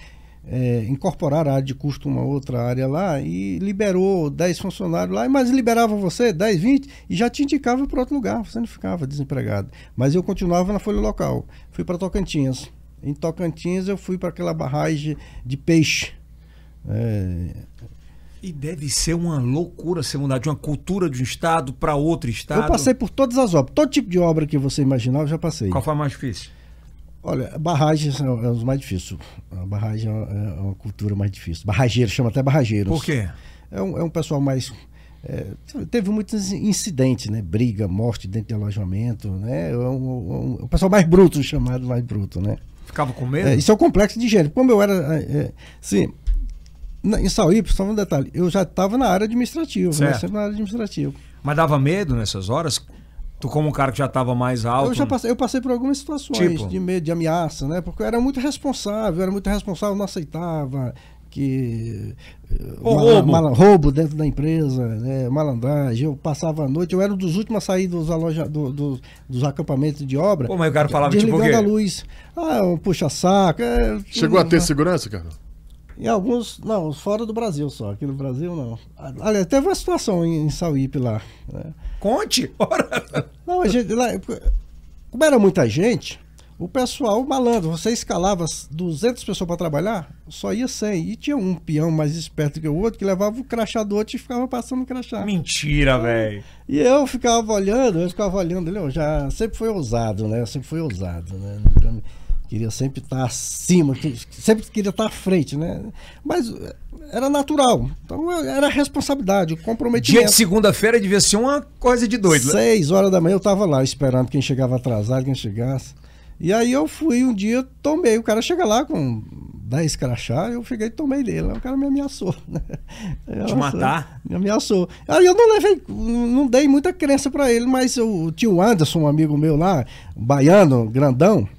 S3: é, incorporaram a área de custo uma outra área lá e liberou 10 funcionários lá, mas liberava você 10, 20 e já te indicava para outro lugar. Você não ficava desempregado. Mas eu continuava na folha local. Fui para Tocantins. Em Tocantins eu fui para aquela barragem de peixe. É,
S1: E deve ser uma loucura você mudar de uma cultura de um estado pra outro estado.
S3: Eu passei por todas as obras. Todo tipo de obra que você imaginar, eu já passei.
S1: Qual foi a mais difícil?
S3: Olha, barragens são é os mais difíceis. A barragem é uma- é uma cultura mais difícil. Barrageiro, chama até barrageiros.
S1: Por quê?
S3: É um, é um pessoal mais. é, teve muitos incidentes, né? Briga, morte dentro de alojamento, né? É um, um- um pessoal mais bruto, chamado mais bruto, né?
S1: Ficava com medo?
S3: É, isso é um complexo de gênero. Como eu era. é, é, sim. na- em Sauípe, só um detalhe, eu já estava na área administrativa, né?
S1: Certo.
S3: sempre na área administrativa.
S1: Mas dava medo nessas horas? Tu, como um cara que já tava mais alto. né?
S3: Eu já passei, eu passei por algumas situações
S1: Tipo?
S3: de medo, de ameaça, né? Porque eu era muito responsável, eu era muito responsável, não aceitava que eh,
S1: Ô,
S3: mala-
S1: roubo!
S3: mala- roubo dentro da empresa, né? malandragem. Eu passava a noite, eu era um dos últimos a sair dos, aloja, do- do- dos acampamentos de obra.
S1: Pô, mas o cara falava, tipo,
S3: desligando
S1: o quê?
S3: a luz. Ah, um puxa-saco. é,
S2: Chegou a ter
S3: uma-
S2: segurança, cara?
S3: e alguns, não, fora do Brasil só. Aqui no Brasil, não. Aliás, teve uma situação em, em Sauípe lá. Né?
S1: Conte! Ora!
S3: Não, a gente, lá, como era muita gente, o pessoal malandro, você escalava as 200 pessoas para trabalhar, só ia 100. E tinha um peão mais esperto que o outro que levava o crachá do outro e ficava passando o crachá.
S1: Mentira, velho.
S3: E eu ficava olhando, eu ficava olhando, ele eu já sempre foi ousado, né? Eu sempre foi ousado, né? Nunca- Queria sempre estar acima, que- sempre queria estar à frente, né? Mas eh, era natural. Então eh, era responsabilidade, o comprometimento.
S1: Dia de segunda-feira devia ser uma coisa de doido. né?
S3: Seis horas da manhã eu tava lá esperando quem chegava atrasado, quem chegasse. E aí eu fui um dia, tomei. O cara chega lá com 10 crachá, eu cheguei e tomei dele. Aí o cara me ameaçou. Né? Te
S1: matar?
S3: Me ameaçou. Aí eu não levei, não dei muita crença pra ele, mas o tio Anderson, um amigo meu lá, baiano, grandão,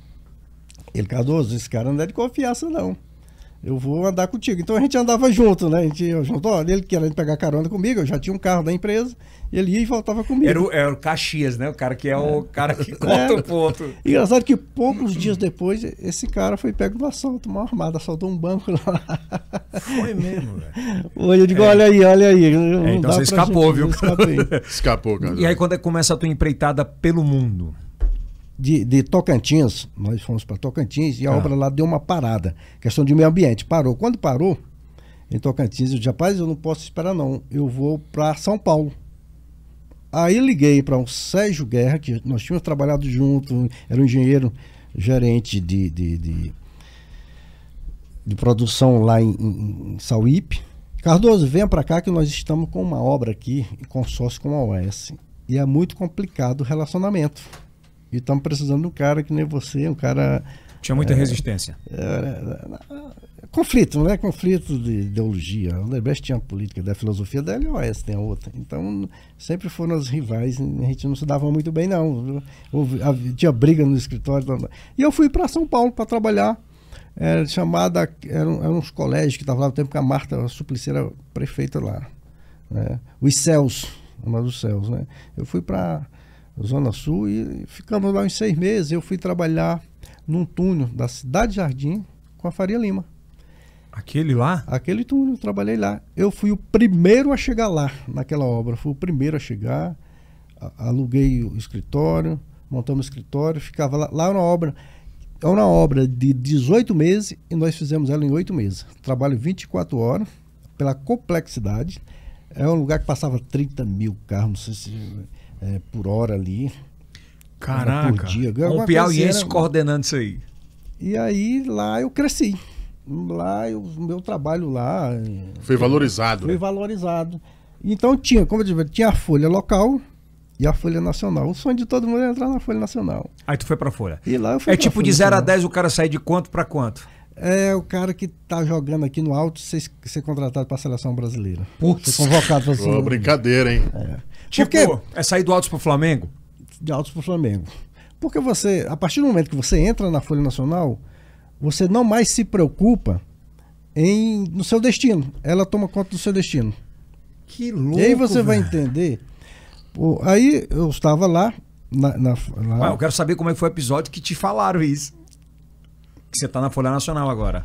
S3: ele, Cardoso, esse cara não é de confiança, não. Eu vou andar contigo. Então a gente andava junto, né? A gente ia junto. Olha, ele querendo pegar carona comigo, eu já tinha um carro da empresa, ele ia e voltava comigo.
S1: Era o, era o Caxias, né? O cara que é o cara que um corta o ponto.
S3: Engraçado que poucos dias depois, esse cara foi pego no assalto, mal armado, assaltou um banco lá. É.
S1: Foi mesmo, velho.
S3: Olha, eu digo, olha aí, olha aí. não
S1: É, então
S3: dá
S1: você
S3: pra
S1: escapou,
S3: gente-
S1: viu?
S3: eu escapei.
S2: Escapou, cara.
S1: E aí, quando é que começa a tua empreitada pelo mundo?
S3: De, de Tocantins, nós fomos para Tocantins e a obra lá deu uma parada. Questão de meio ambiente, parou. Quando parou, em Tocantins, eu disse, rapaz, eu não posso esperar não, eu vou para São Paulo. Aí liguei para o Sérgio Guerra, que nós tínhamos trabalhado junto, era um engenheiro gerente de, de, de, de produção lá em, em, em Sauípe. Cardoso, venha para cá que nós estamos com uma obra aqui, em consórcio com a OS. E é muito complicado o relacionamento. E estamos precisando de um cara que nem você, um cara
S1: Tinha muita resistência.
S3: é, conflito, não é conflito de ideologia. O Odebrecht tinha a política da filosofia dela e o OAS tem a outra. Então, sempre foram as rivais, a gente não se dava muito bem, não. Houve, havia- tinha briga no escritório. tal, tal. E eu fui para São Paulo para trabalhar. Era chamada, eram, eram uns colégios que estavam lá no tempo que a Marta Suplicy era prefeita lá. né? Os Céus, uma dos Céus, né? Eu fui para Zona Sul e ficamos lá uns seis meses. Eu fui trabalhar num túnel da Cidade Jardim com a Faria Lima.
S1: Aquele lá?
S3: Aquele túnel, eu trabalhei lá. Eu fui o primeiro a chegar lá, naquela obra. Fui o primeiro a chegar. a- Aluguei o escritório, montamos o escritório, ficava lá, lá na obra. É uma obra de 18 meses e nós fizemos ela em 8 meses. Trabalho 24 horas, pela complexidade. É um lugar que passava 30 mil carros não sei se, é, por hora ali.
S1: Caraca.
S3: por dia,
S1: Um
S3: alguma
S1: piauiense
S3: coisa era-
S1: coordenando isso aí.
S3: E aí lá eu cresci. Lá, eu- o meu trabalho lá. eh,
S2: Foi valorizado. né?
S3: Foi valorizado. Então tinha, como eu disse, tinha a Folha Local e a Folha Nacional. O sonho de todo mundo era entrar na Folha Nacional.
S1: Aí tu foi pra Folha.
S3: E lá eu fui
S1: É
S3: pra
S1: tipo de
S3: Folha
S1: 0 a
S3: Nacional.
S1: 10 o cara sai de quanto pra quanto?
S3: É o cara que tá jogando aqui no alto ser, ser contratado para a seleção brasileira.
S1: Putz.
S3: Ser convocado para
S2: Foi uma brincadeira, hein?
S1: Tipo,
S3: Porque
S1: é sair do Altos pro Flamengo?
S3: de altos para o Flamengo. Porque você, a partir do momento que você entra na Folha Nacional, você não mais se preocupa em no seu destino. Ela toma conta do seu destino.
S1: Que louco.
S3: e aí você vai
S1: velho.
S3: entender. Pô, aí eu estava lá. Na, na- lá-
S1: Ué, eu quero saber como é que foi o episódio que te falaram isso. Que você tá na Folha Nacional agora.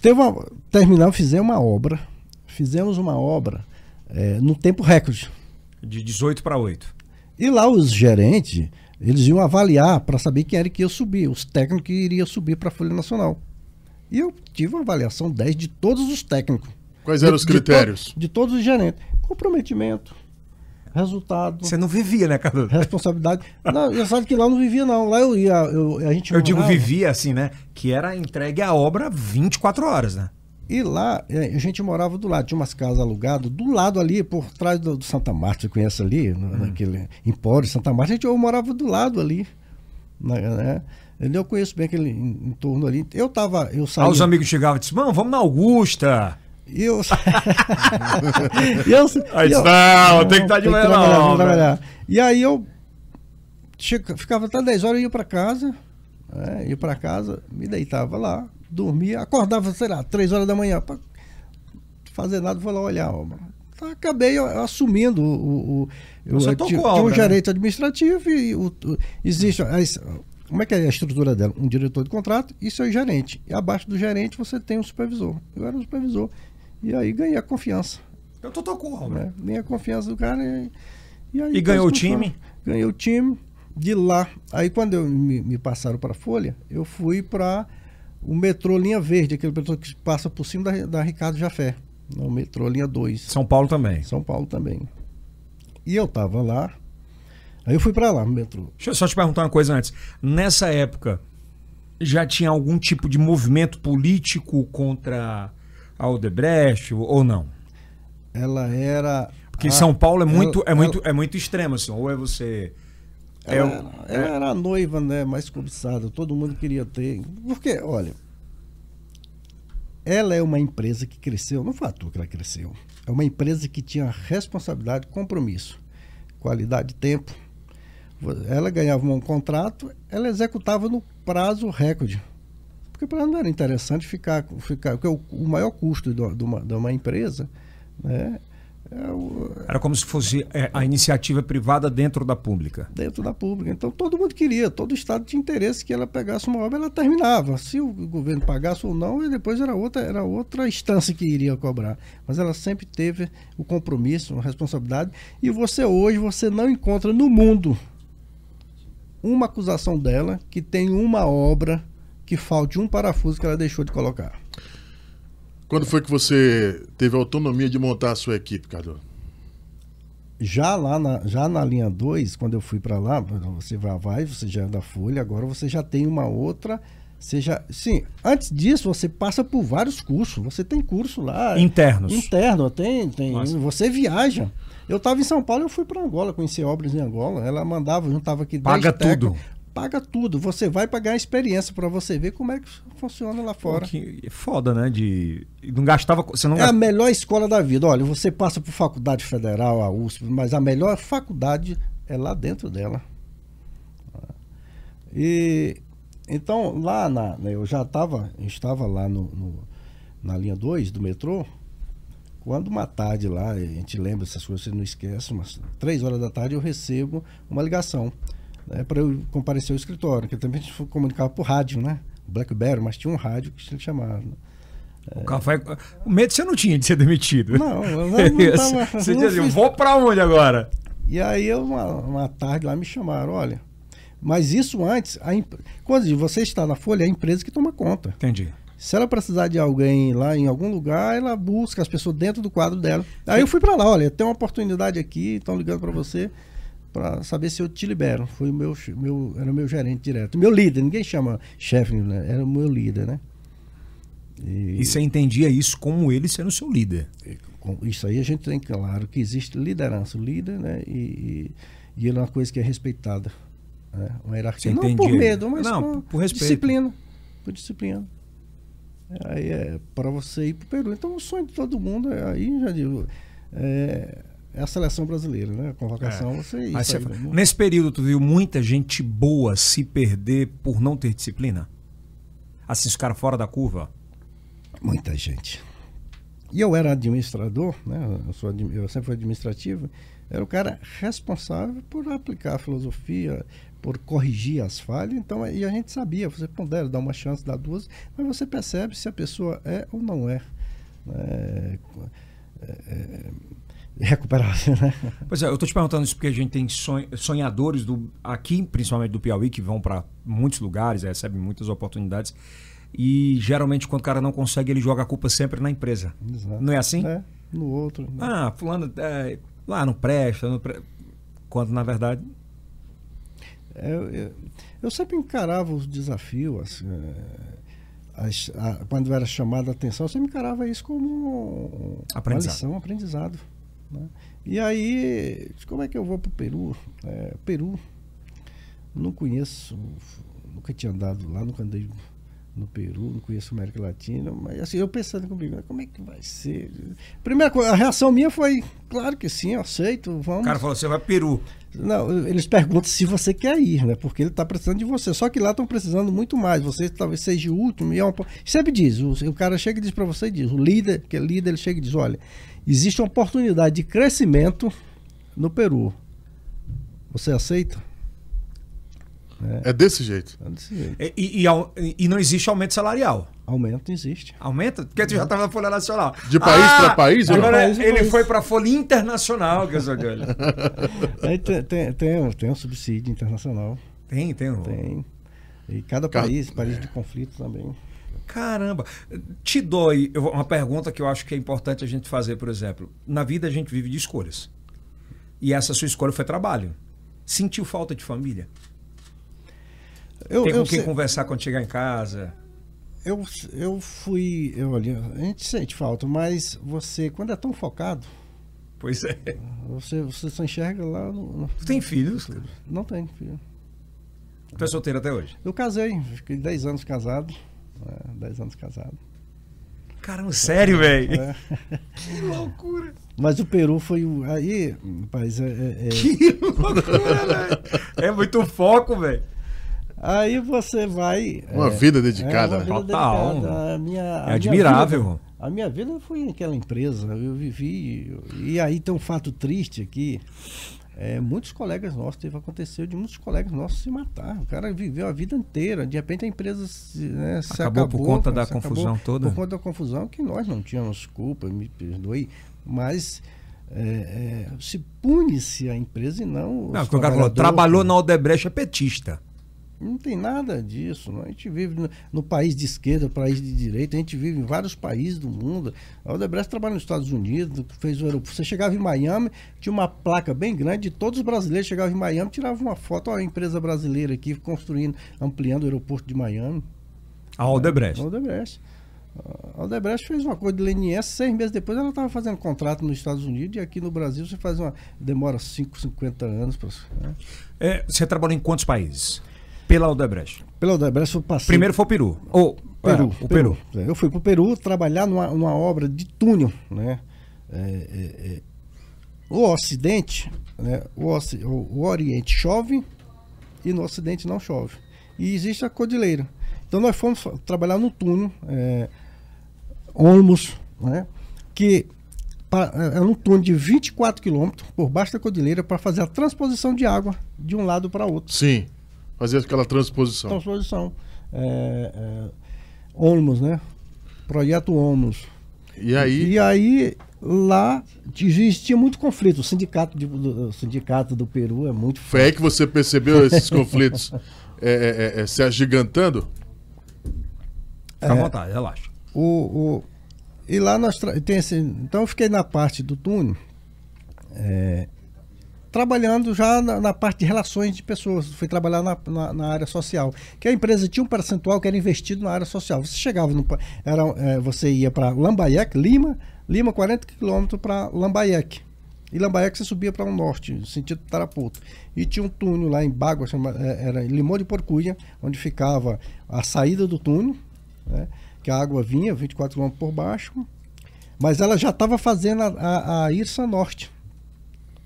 S3: Teve uma, terminamos, fizemos uma obra. Fizemos uma obra eh, no tempo recorde.
S1: De 18 pra 8.
S3: E lá os gerentes, eles iam avaliar para saber quem era que ia subir, os técnicos que iriam subir para a Folha Nacional. E eu tive uma avaliação 10 de todos os técnicos.
S2: Quais
S3: De-
S2: eram os
S3: de to-
S2: critérios?
S3: De, todos os gerentes. Comprometimento, resultado,
S1: Você não vivia, né, Cadu?
S3: responsabilidade. Não, eu sabe que lá eu não vivia, não. Lá eu ia. eu- a gente
S1: Eu digo
S3: morava-
S1: vivia assim, né? Que era entregue a obra 24 horas, né?
S3: E lá, eh, a gente morava do lado, tinha umas casas alugadas, do lado ali, por trás do, do Santa Marta, você conhece ali, no- naquele empório de Santa Marta, a gente, eu morava do lado ali, na- né? Eu conheço bem aquele en- entorno ali. Eu tava, eu saía...
S1: Tá Aí os amigos chegavam e diziam, mano, vamos na Augusta.
S3: E eu... e eu,
S1: Aí
S3: e
S1: disse,
S3: eu-
S1: "Não, tem que tá de manhã na
S3: trabalhar, tem que
S1: obra."
S3: trabalhar. E aí eu chega- ficava até 10 horas, eu ia pra casa, né? ia pra casa, me deitava lá, dormia, acordava, sei lá, 3 horas da manhã, pra fazer nada, vou lá olhar a obra. Então, acabei eu- eu assumindo o... o, o eu,
S1: Você
S3: eu
S1: tocou
S3: tinha,
S1: a
S3: tinha um
S1: obra, né?
S3: gerente administrativo e o, o- existe... as- como é que é a estrutura dela? Um diretor de contrato e seu gerente. E abaixo do gerente você tem um supervisor. Eu era um supervisor. E aí ganhei a confiança
S1: Eu tô tocou a obra.
S3: né? Nem a confiança do cara. E, e aí,
S1: E ganhou
S3: faz
S1: o time?
S3: confusão. Ganhei o time de lá. Aí quando eu, me, me passaram para Folha, eu fui para o metrô Linha Verde, aquele metrô que passa por cima da, da Ricardo Jafé. O metrô Linha 2.
S1: São Paulo também.
S3: São Paulo também. E eu tava lá. Aí eu fui para lá, no metrô.
S1: Deixa eu só te perguntar uma coisa antes. Nessa época, já tinha algum tipo de movimento político contra a Odebrecht ou- ou não?
S3: Ela era.
S1: Porque
S3: a-
S1: São Paulo é
S3: ela-
S1: muito, é
S3: ela-
S1: muito, é muito extremo, assim. Ou é você.
S3: Ela,
S1: é o-
S3: era- ela era a noiva, né? Mais cobiçada, todo mundo queria ter. Porque, olha, ela é uma empresa que cresceu, não foi à toa que ela cresceu. É uma empresa que tinha responsabilidade, compromisso, qualidade de tempo. Vo- Ela ganhava um contrato, ela executava no prazo recorde. Porque para ela não era interessante ficar. ficar porque o, o maior custo de uma, de uma- de uma empresa né, é o,
S1: Era como se fosse é, a iniciativa privada dentro da pública.
S3: dentro da pública. Então todo mundo queria, todo estado tinha interesse que ela pegasse uma obra, ela terminava. Se o governo pagasse ou não, e depois era outra, era outra instância que iria cobrar. Mas ela sempre teve o compromisso, a responsabilidade. E você hoje você não encontra no mundo uma acusação dela que tem uma obra que falte um parafuso que ela deixou de colocar.
S2: Quando foi que você teve a autonomia de montar a sua equipe, Cadu?
S3: já lá na, já na linha 2, quando eu fui para lá, você vai, vai, você já é da Folha, agora você já tem uma outra. Você já, sim, antes disso você passa por vários cursos. Você tem curso lá.
S1: Internos.
S3: Interno, tem, tem.
S1: Nossa.
S3: Você viaja. Eu estava em São Paulo, eu fui para Angola, conheci obras em Angola. Ela mandava, juntava aqui
S1: Paga
S3: técnicos,
S1: tudo.
S3: paga tudo. Você vai pagar a experiência para você ver como é que funciona lá fora.
S1: Que é foda, né? De não gastava, você não
S3: É a melhor escola da vida. Olha, você passa por faculdade federal, a USP, mas a melhor faculdade é lá dentro dela. E então lá na eu já tava, eu estava lá no, no- na linha 2 do metrô. Quando uma tarde lá, a gente lembra essas coisas, você não esquece, umas três horas da tarde eu recebo uma ligação né, para eu comparecer ao escritório, que também a gente comunicava por rádio, né? Blackberry, mas tinha um rádio que se chamava. né?
S1: o café. O medo você não tinha de ser demitido.
S3: Não, eu não- não tava-
S1: Você
S3: não
S1: dizia assim,
S3: fiz-
S1: vou pra onde agora?
S3: E aí, eu, uma, uma tarde lá, me chamaram, olha. Mas isso antes, a imp- quando você está na Folha, é a empresa que toma conta.
S1: Entendi.
S3: Se ela precisar de alguém lá em algum lugar, ela busca as pessoas dentro do quadro dela. Aí eu fui pra lá, olha, tem uma oportunidade aqui, estão ligando pra você pra saber se eu te libero. Foi o meu, che- meu era o meu gerente direto, meu líder, ninguém chama chefe, né? Era o meu líder, né?
S1: E você entendia isso como ele sendo seu líder.
S3: E com Isso aí a gente tem claro que existe liderança, o líder, né? E, e, e ele é uma coisa que é respeitada, né? Uma hierarquia.
S1: Você
S3: não
S1: entende
S3: por
S1: ele?
S3: medo, mas
S1: Não,
S3: com
S1: por respeito.
S3: disciplina. Por disciplina. Aí é para você ir para o Peru. Então o sonho de todo mundo é aí, já digo, é, é a seleção brasileira, né? A convocação, você ir.
S1: É. Aí você
S3: sair,
S1: fa-
S3: né?
S1: Nesse período, tu viu muita gente boa se perder por não ter disciplina? Assim, os caras fora da curva?
S3: Muita gente. E eu era administrador, né? eu, sou admi- eu sempre fui administrativo, era o cara responsável por aplicar a filosofia, por corrigir as falhas, então e a gente sabia, você pondera, dá uma chance, dá duas, mas você percebe se a pessoa é ou não é. né, co- é, é, recuperável, né?
S1: Pois é, eu tô te perguntando isso porque a gente tem sonho- sonhadores do, aqui, principalmente do Piauí, que vão para muitos lugares, é, recebem muitas oportunidades. E geralmente, quando o cara não consegue, ele joga a culpa sempre na empresa.
S3: Exato.
S1: Não é assim?
S3: É, no outro. né.
S1: Ah, fulano é, lá não presta, não pre- Quando na verdade.
S3: É, Eu, eu- eu sempre encarava os desafios, assim, é, as- a- quando era chamada a atenção, eu sempre encarava isso como uma
S1: Aprendizado.
S3: lição, um aprendizado. né? E aí, como é que eu vou para o Peru? É, Peru, não conheço, nunca tinha andado lá, nunca andei no Peru, não conheço América Latina, mas assim, eu pensando comigo, mas como é que vai ser? Primeira coisa, a reação minha foi, claro que sim, eu aceito,
S1: O
S3: vamos.
S1: cara falou, você vai Peru.
S3: Não, eles perguntam se você quer ir, né? Porque ele está precisando de você. Só que lá estão precisando muito mais. Você talvez seja o último. E é uma... po- Sempre diz, o, o cara chega e diz para você, diz, o líder, que é líder, ele chega e diz, olha, existe uma oportunidade de crescimento no Peru. Você aceita?
S2: É desse jeito.
S3: É desse jeito.
S1: E, e- e au- e não existe aumento salarial.
S3: Aumento existe.
S1: Aumenta? Porque tu já estava na Folha Nacional. Ah,
S2: De país pra país, ou não?
S1: Agora
S3: De país pra
S1: ele
S3: país.
S1: foi pra Folha Internacional, que é eu sou de olho.
S3: Aí tem, tem, tem, um- tem um subsídio internacional.
S1: Tem, tem, um-
S3: Tem. E cada
S2: Ca-
S3: país, país de conflito também.
S1: Caramba, te dói. eu vou- uma pergunta que eu acho que é importante a gente fazer, por exemplo. Na vida a gente vive de escolhas. E essa sua escolha foi trabalho. Sentiu falta de família?
S3: Eu,
S1: Tem com
S3: eu
S1: quem
S3: sei-
S1: conversar quando chegar em casa?
S3: Eu, eu fui. Eu, olha, a gente sente falta, mas você, quando é tão focado,
S1: Pois é.
S3: você, você só enxerga lá. No, no-
S1: Tu tem filhos? cara?
S3: não tem, filho.
S1: Tu é solteiro até hoje?
S3: Eu casei, fiquei 10 anos casado. É, 10 anos casado.
S1: Caramba, sério, velho?
S3: É.
S1: Que loucura!
S3: Mas o Peru foi o. Aí, rapaz, é- é- é-
S1: Que loucura, velho! É muito foco, velho.
S3: aí você vai. é,
S2: Uma vida dedicada, né?
S1: Total.
S3: dedicada. A minha, a
S1: É
S3: minha
S1: admirável.
S3: vida- a minha vida foi naquela empresa. Eu vivi. E aí tem um fato triste aqui. É, muitos colegas nossos, teve aconteceu de muitos colegas nossos se matar. O cara viveu a vida inteira. De repente a empresa se, né, se
S1: Acabou
S3: acabou,
S1: por conta
S3: se
S1: da
S3: acabou
S1: confusão toda?
S3: Por conta da confusão que nós não tínhamos culpa, me perdoe, mas é, é, se pune-se a empresa e não. os
S1: Não, porque é o cara falou,
S3: trabalhadores.
S1: trabalhou na Odebrecht é petista.
S3: Não tem nada disso. Né? A gente vive no, no país de esquerda, país de direita, a gente vive em vários países do mundo. A Odebrecht trabalha nos Estados Unidos, fez o aeroporto. Você chegava em Miami, tinha uma placa bem grande, de todos os brasileiros chegavam em Miami, tiravam uma foto, ó, a empresa brasileira aqui construindo, ampliando o aeroporto de Miami.
S1: A Odebrecht.
S3: A Odebrecht. A Odebrecht fez uma coisa de LNS, seis meses depois ela estava fazendo contrato nos Estados Unidos e aqui no Brasil você faz uma. demora 5, 50 anos né? para.
S1: É, você trabalhou em quantos países? Pela Odebrecht.
S3: Pela Odebrecht, eu passei.
S1: Primeiro foi o Peru. Ou,
S3: Peru,
S1: é, o Peru.
S3: Eu fui para o Peru trabalhar numa, numa obra de túnel, né? É, é, é. O Ocidente, né? o, Oci- o- o Oriente chove e no Ocidente não chove. E existe a cordilheira. Então nós fomos fa- trabalhar no túnel, é, Olmos, né? que pa- é um túnel de 24 quilômetros por baixo da cordilheira para fazer a transposição de água de um lado para outro
S2: Sim. Fazer aquela transposição.
S3: transposição. É, é, Olmos, né? Projeto Olmos.
S2: E aí.
S3: E aí, lá existia muito conflito. O sindicato, de- do, o sindicato do Peru é muito.
S2: Foi aí que você percebeu esses conflitos é, é, é, se agigantando?
S1: Fica à vontade, relaxa.
S3: O, o, e lá nós. tra- Tem esse, então, eu fiquei na parte do túnel, é, trabalhando já na, na parte de relações de pessoas. Fui trabalhar na, na, na área social. Que a empresa tinha um percentual que era investido na área social. Você chegava, no, pa- era, é, você ia para Lambayeque, Lima, Lima, 40 quilômetros para Lambayeque. E Lambayeque você subia para o norte, no sentido Tarapoto. E tinha um túnel lá em Bagua, chama, é, era em Limão de Porcuia, onde ficava a saída do túnel, né, que a água vinha 24 quilômetros por baixo. Mas ela já estava fazendo a, a, a Irsa Norte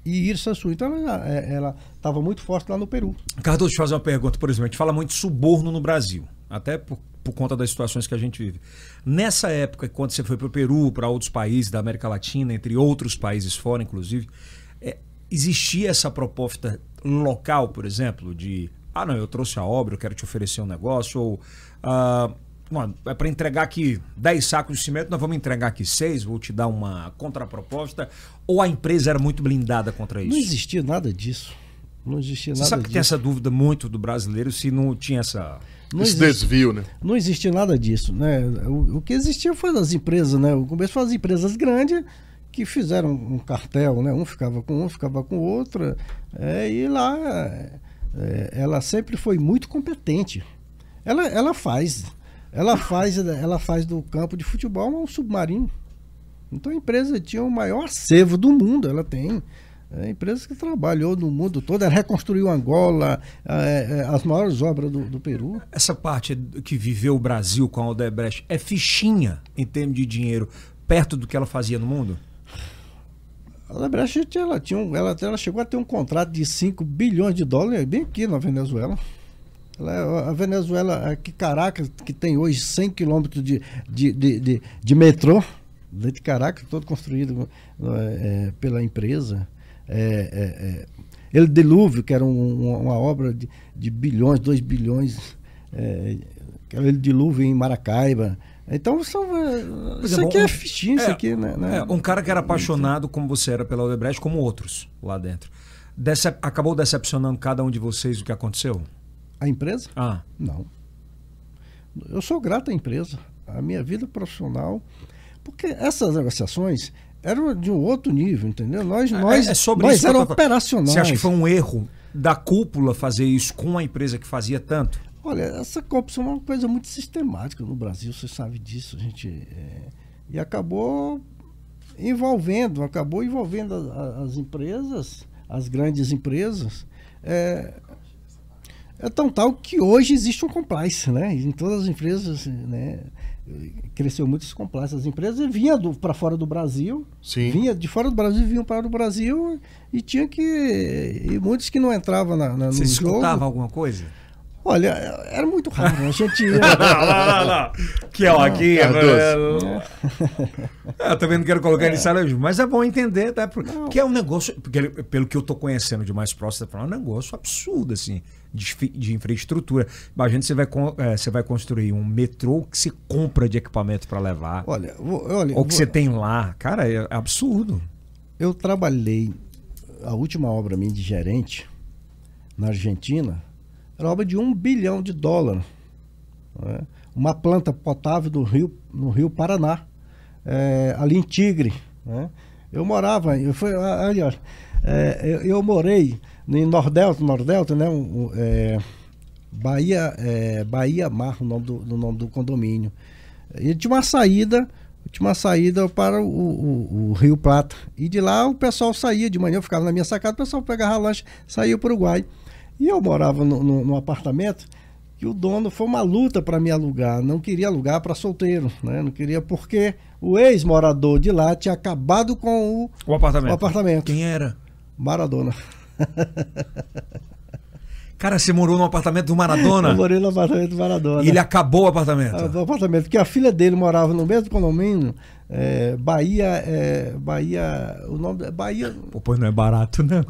S3: e Irsa Sul. Então ela estava muito forte lá no Peru.
S1: Cardoso, deixa eu fazer uma pergunta, por exemplo. A gente fala muito de suborno no Brasil, até por, por conta das situações que a gente vive. Nessa época, quando você foi para o Peru, para outros países da América Latina, entre outros países fora, inclusive, é, existia essa proposta local, por exemplo, de ah, não, eu trouxe a obra, eu quero te oferecer um negócio, ou ah, mano, é para entregar aqui 10 sacos de cimento, nós vamos entregar aqui 6, vou te dar uma contraproposta, ou a empresa era muito blindada contra É isso?
S3: Não existia nada disso. Não existia
S1: Você
S3: nada
S1: sabe que
S3: disso.
S1: tem essa dúvida muito do brasileiro se não tinha essa.
S3: Não
S2: esse
S3: existe-
S2: desvio, né?
S3: não existia nada disso, né? O, o que existia foi as empresas, né? O começo foi as empresas grandes que fizeram um cartel, né? Um ficava com um, ficava com outro, é, e lá é, ela sempre foi muito competente. Ela, ela faz, ela faz, ela faz do campo de futebol um submarino. Então a empresa tinha o maior acervo do mundo, ela tem. É, empresa que trabalhou no mundo todo, ela reconstruiu Angola, é, é, as maiores obras do- do Peru.
S1: Essa parte que viveu o Brasil com a Odebrecht é fichinha em termos de dinheiro perto do que ela fazia no mundo?
S3: A Odebrecht tinha- ela, tinha um- ela, ela chegou a ter um contrato de 5 bilhões de dólares bem aqui na Venezuela. Ela- é, a Venezuela, aqui, Caracas, que tem hoje 100 quilômetros de, de, de, de, de metrô, de Caracas, todo construído eh, eh, pela empresa. Eh, eh, eh, El Dilúvio, que era um- uma obra de, de bilhões, 2 bilhões, eh, que era El Dilúvio em Maracaiba. Então, são, eh, isso
S1: exemplo,
S3: aqui
S1: um-
S3: é fichinho, isso
S1: é,
S3: aqui, né? né?
S1: É, um cara que era apaixonado como você era pela Odebrecht, como outros lá dentro. Decep- acabou decepcionando cada um de vocês o que aconteceu?
S3: A empresa?
S1: Ah,
S3: Não. Eu sou grato à empresa, à minha vida profissional, porque essas negociações eram de um outro nível, entendeu? Nós, nós,
S1: é, é sobre
S3: nós
S1: isso que eu tava-
S3: era
S1: Você acha que
S3: operacionais.
S1: foi um erro da cúpula fazer isso com a empresa que fazia tanto?
S3: Olha, essa corrupção é uma coisa muito sistemática no Brasil, você sabe disso, a gente. é, e acabou envolvendo, acabou envolvendo a- a- as empresas, as grandes empresas. É, é tão tal que hoje existe um compliance, né? Em todas as empresas, né? Cresceu muito esse compliance. As empresas vinham para fora do Brasil,
S2: Sim.
S3: vinha de fora do Brasil, vinham para o Brasil e tinha que. E muitos que não entravam na, na, no
S1: Você
S3: jogo.
S1: escutava alguma coisa?
S3: Olha, era muito raro. né? A gente ia.
S1: lá, lá, lá. Que ó, aqui.
S2: Cardoso.
S1: É, eu também não quero colocar ele em sala de juízo, mas é bom entender, tá? Porque que é um negócio, porque ele- pelo que eu tô conhecendo de mais próximo, é um negócio absurdo, assim, de, fi- de infraestrutura. Imagina você vai, con- é, você vai construir um metrô que você compra de equipamento para levar,
S3: Olha, vou- olha
S1: ou que
S3: vou-
S1: você tem lá. Cara, é absurdo.
S3: eu trabalhei. A última obra minha de gerente na Argentina era obra de um bilhão de dólar. né? Uma planta potável do rio, no Rio Paraná, é, ali em Tigre. né? Eu morava, eu, fui, ah, ali, ó, é, eu, eu morei em Nordelta, Nordelta, né? um- um, é, Bahia, é, Bahia Mar, o nome do, do nome do condomínio. E tinha uma saída, tinha uma saída para o, o- o Rio Plata. E de lá o pessoal saía de manhã, eu ficava na minha sacada, o pessoal pegava lanche, saía para o Uruguai. E eu morava no, no, num apartamento que o dono foi uma luta para me alugar, não queria alugar para solteiro, né? Não queria porque o ex-morador de lá tinha acabado com o,
S1: O apartamento.
S3: o apartamento.
S1: Quem era?
S3: Maradona.
S1: Cara, você morou num apartamento do
S3: Eu
S1: Maradona
S3: morei no apartamento do Maradona.
S1: e ele acabou o apartamento.
S3: Ah, do apartamento, porque a filha dele morava no mesmo condomínio, é, Bahia, é, Bahia, o nome é Bahia.
S1: Pô, pois não é barato, né?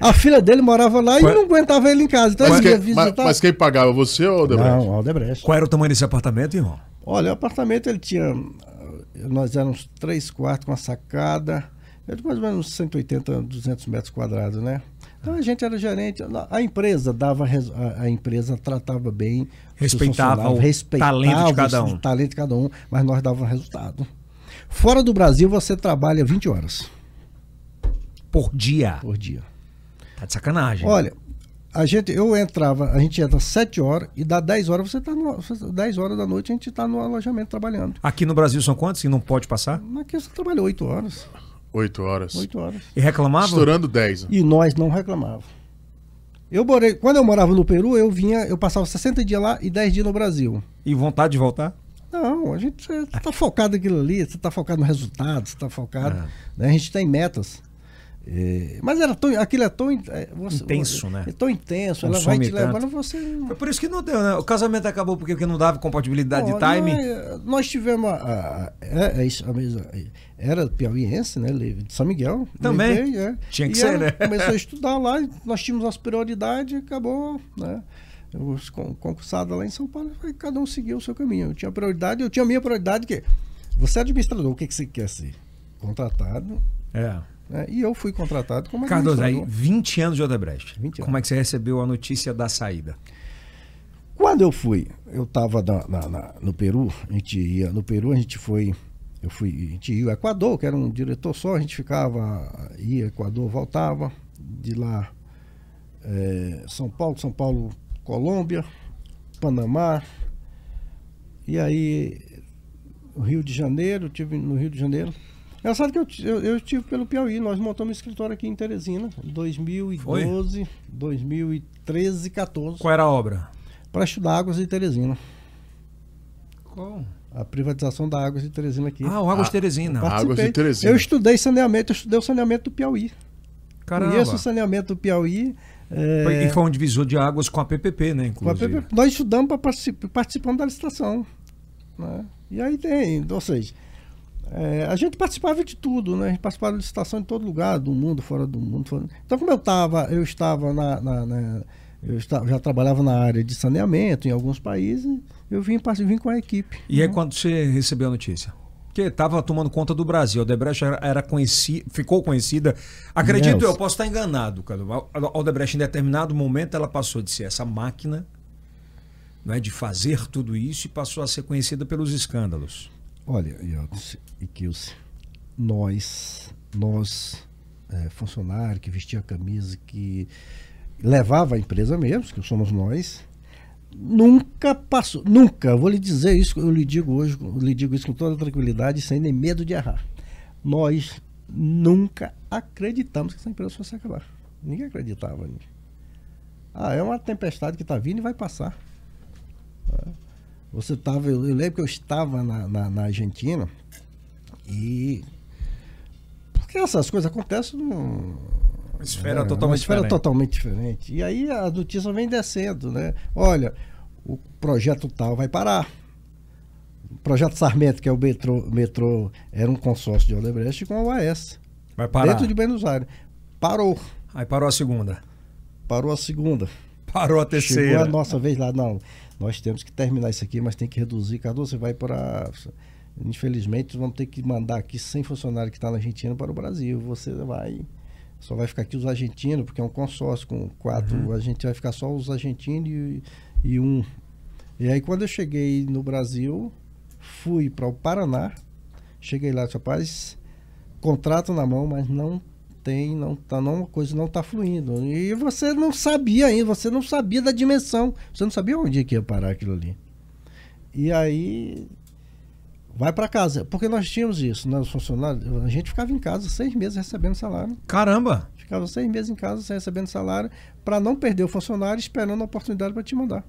S3: A filha dele morava lá e
S1: Qual é-
S3: não aguentava ele em casa, então
S2: Mas
S3: ele ia
S2: quem,
S3: visitar.
S2: mas- mas quem pagava? Você ou o
S1: é
S2: Debrecht?
S3: não, Aldebrecht.
S1: Qual era o tamanho desse apartamento, irmão?
S3: Olha, o apartamento ele tinha, eh, nós éramos três quartos com a sacada, era mais ou menos uns 180, 200 metros quadrados, né? Então a gente era gerente, a empresa dava, res- a, a empresa tratava bem, os seus
S1: Respeitava
S3: funcionários,
S1: o talento de cada
S3: os-
S1: um.
S3: o talento de cada um, mas nós dava resultado. Fora do Brasil você trabalha 20 horas
S1: Por dia.
S3: por dia.
S1: Tá de sacanagem.
S3: Olha, a gente, eu entrava, a gente entra 7 horas e dá 10 horas, você tá no, 10 horas da noite a gente está no alojamento trabalhando.
S1: Aqui no Brasil são quantos que não pode passar?
S3: Mas aqui você trabalha 8 horas.
S2: Oito horas.
S3: Oito horas.
S1: E reclamavam?
S2: Estourando dez. né?
S3: E nós não reclamávamos. Eu morei, quando eu morava no Peru, eu vinha, eu passava 60 dias lá e 10 dias no Brasil.
S1: E vontade de voltar?
S3: Não, a gente está focado naquilo ali, você está focado no resultado, você está focado.
S1: Ah.
S3: né? A gente tem metas. É, mas era tão, aquilo é tão in- é, você-
S1: Intenso,
S3: você-
S1: né?
S3: É tão intenso, ela vai
S1: Consome
S3: te levando,
S1: tanto.
S3: você.
S1: Foi por isso que não deu, né? O casamento acabou porque porque não dava compatibilidade
S3: Ó,
S1: de time.
S3: Nós, é, nós tivemos. a- a- a- é, é isso, a mesma- era piauiense, né? ele- De São Miguel.
S1: Também.
S3: Levei, é.
S1: Tinha que
S3: E
S1: ser,
S3: ela
S1: né?
S3: Começou a estudar lá, e nós tínhamos as prioridades e acabou, né? Os con- concursados lá em São Paulo, foi cada um seguiu o seu caminho. Eu tinha prioridade, eu tinha a minha prioridade, que você é administrador, o que, que você quer ser? Contratado.
S1: É.
S3: né? E eu fui contratado como
S1: Cardoso, aí,
S3: administrador.
S1: 20 anos de Odebrecht.
S3: 20 anos.
S1: Como é que você recebeu a notícia da saída?
S3: Quando eu fui, eu estava no Peru, a gente ia no Peru, a gente foi, eu fui, a gente ia ao Equador, que era um diretor só, a gente ficava, ia ao Equador, voltava, de lá eh, São Paulo, São Paulo, Colômbia, Panamá, e aí o Rio de Janeiro, eu tive no Rio de Janeiro. Engraçado que eu, ti- eu, eu tive pelo Piauí, nós montamos um escritório aqui em Teresina, 2012, 2013, 14
S1: Qual era a obra?
S3: para estudar Águas de Teresina.
S1: Qual?
S3: A privatização da Águas de Teresina aqui.
S1: Ah, o Águas
S2: Ah,
S1: Teresina.
S2: Águas de
S3: Participei.
S2: Teresina.
S3: Eu estudei saneamento, eu estudei o saneamento do Piauí.
S1: Caramba.
S3: Conheço o saneamento do Piauí. é,
S1: Foi- E foi um divisor de águas com a PPP, né?
S3: com a
S1: Inclusive.
S3: PP. Nós estudamos para participar participamos da licitação. né? E aí tem, ou seja, é, a gente participava de tudo, né? A gente participava de licitação em todo lugar, do mundo, fora do mundo. fora- Então, como eu estava, eu estava na. na- na- eu esta- já trabalhava na área de saneamento em alguns países, eu vim, parti- vim com a equipe.
S1: E é quando você recebeu a notícia? Porque estava tomando conta do Brasil. A Odebrecht era, era conheci- ficou conhecida. Acredito
S3: Nelson.
S1: eu, posso estar enganado, cara. A Odebrecht, em determinado momento, ela passou de ser essa máquina não é, de fazer tudo isso e passou a ser conhecida pelos escândalos.
S3: Olha, Iotis e Kilce, nós, nós, é, funcionário que vestia a camisa, que levava a empresa mesmo, que somos nós, nunca passou, nunca, vou lhe dizer isso, eu lhe digo hoje, eu lhe digo isso com toda tranquilidade, sem nem medo de errar. Nós nunca acreditamos que essa empresa fosse acabar. Ninguém acreditava. nisso. Ah, é uma tempestade que está vindo e vai passar. Você estava, eu, eu lembro que eu estava na, na, na Argentina e. Porque essas coisas acontecem num,
S1: Uma esfera
S3: é,
S1: totalmente
S3: uma esfera
S1: diferente.
S3: totalmente diferente. E aí a notícia vem descendo, né? Olha, o projeto tal vai parar. O projeto Sarmento, que é o metrô, metrô era um consórcio de Odebrecht com a UAS,
S1: Vai parar.
S3: dentro de Buenos Aires. Parou.
S1: Aí parou a segunda.
S3: Parou a segunda.
S1: Parou a
S3: Chegou
S1: terceira.
S3: a nossa vez lá, não. Nós temos que terminar isso aqui, mas tem que reduzir. Cadu, você vai para. Infelizmente, vamos ter que mandar aqui 100 funcionários que está na Argentina para o Brasil. Você vai. Só vai ficar aqui os argentinos, porque é um consórcio com quatro. A gente vai ficar só os argentinos e, e um. E aí, quando eu cheguei no Brasil, fui para o Paraná. Cheguei lá, rapaz, contrato na mão, mas não tem, não tá, não, a coisa não tá fluindo. E você não sabia ainda, você não sabia da dimensão, você não sabia onde é que ia parar aquilo ali. E aí Vai para casa. Porque nós tínhamos isso, né? Os funcionários, a gente ficava em casa seis meses recebendo salário.
S1: Caramba!
S3: Ficava seis meses em casa recebendo salário para não perder o funcionário esperando a oportunidade para te mandar.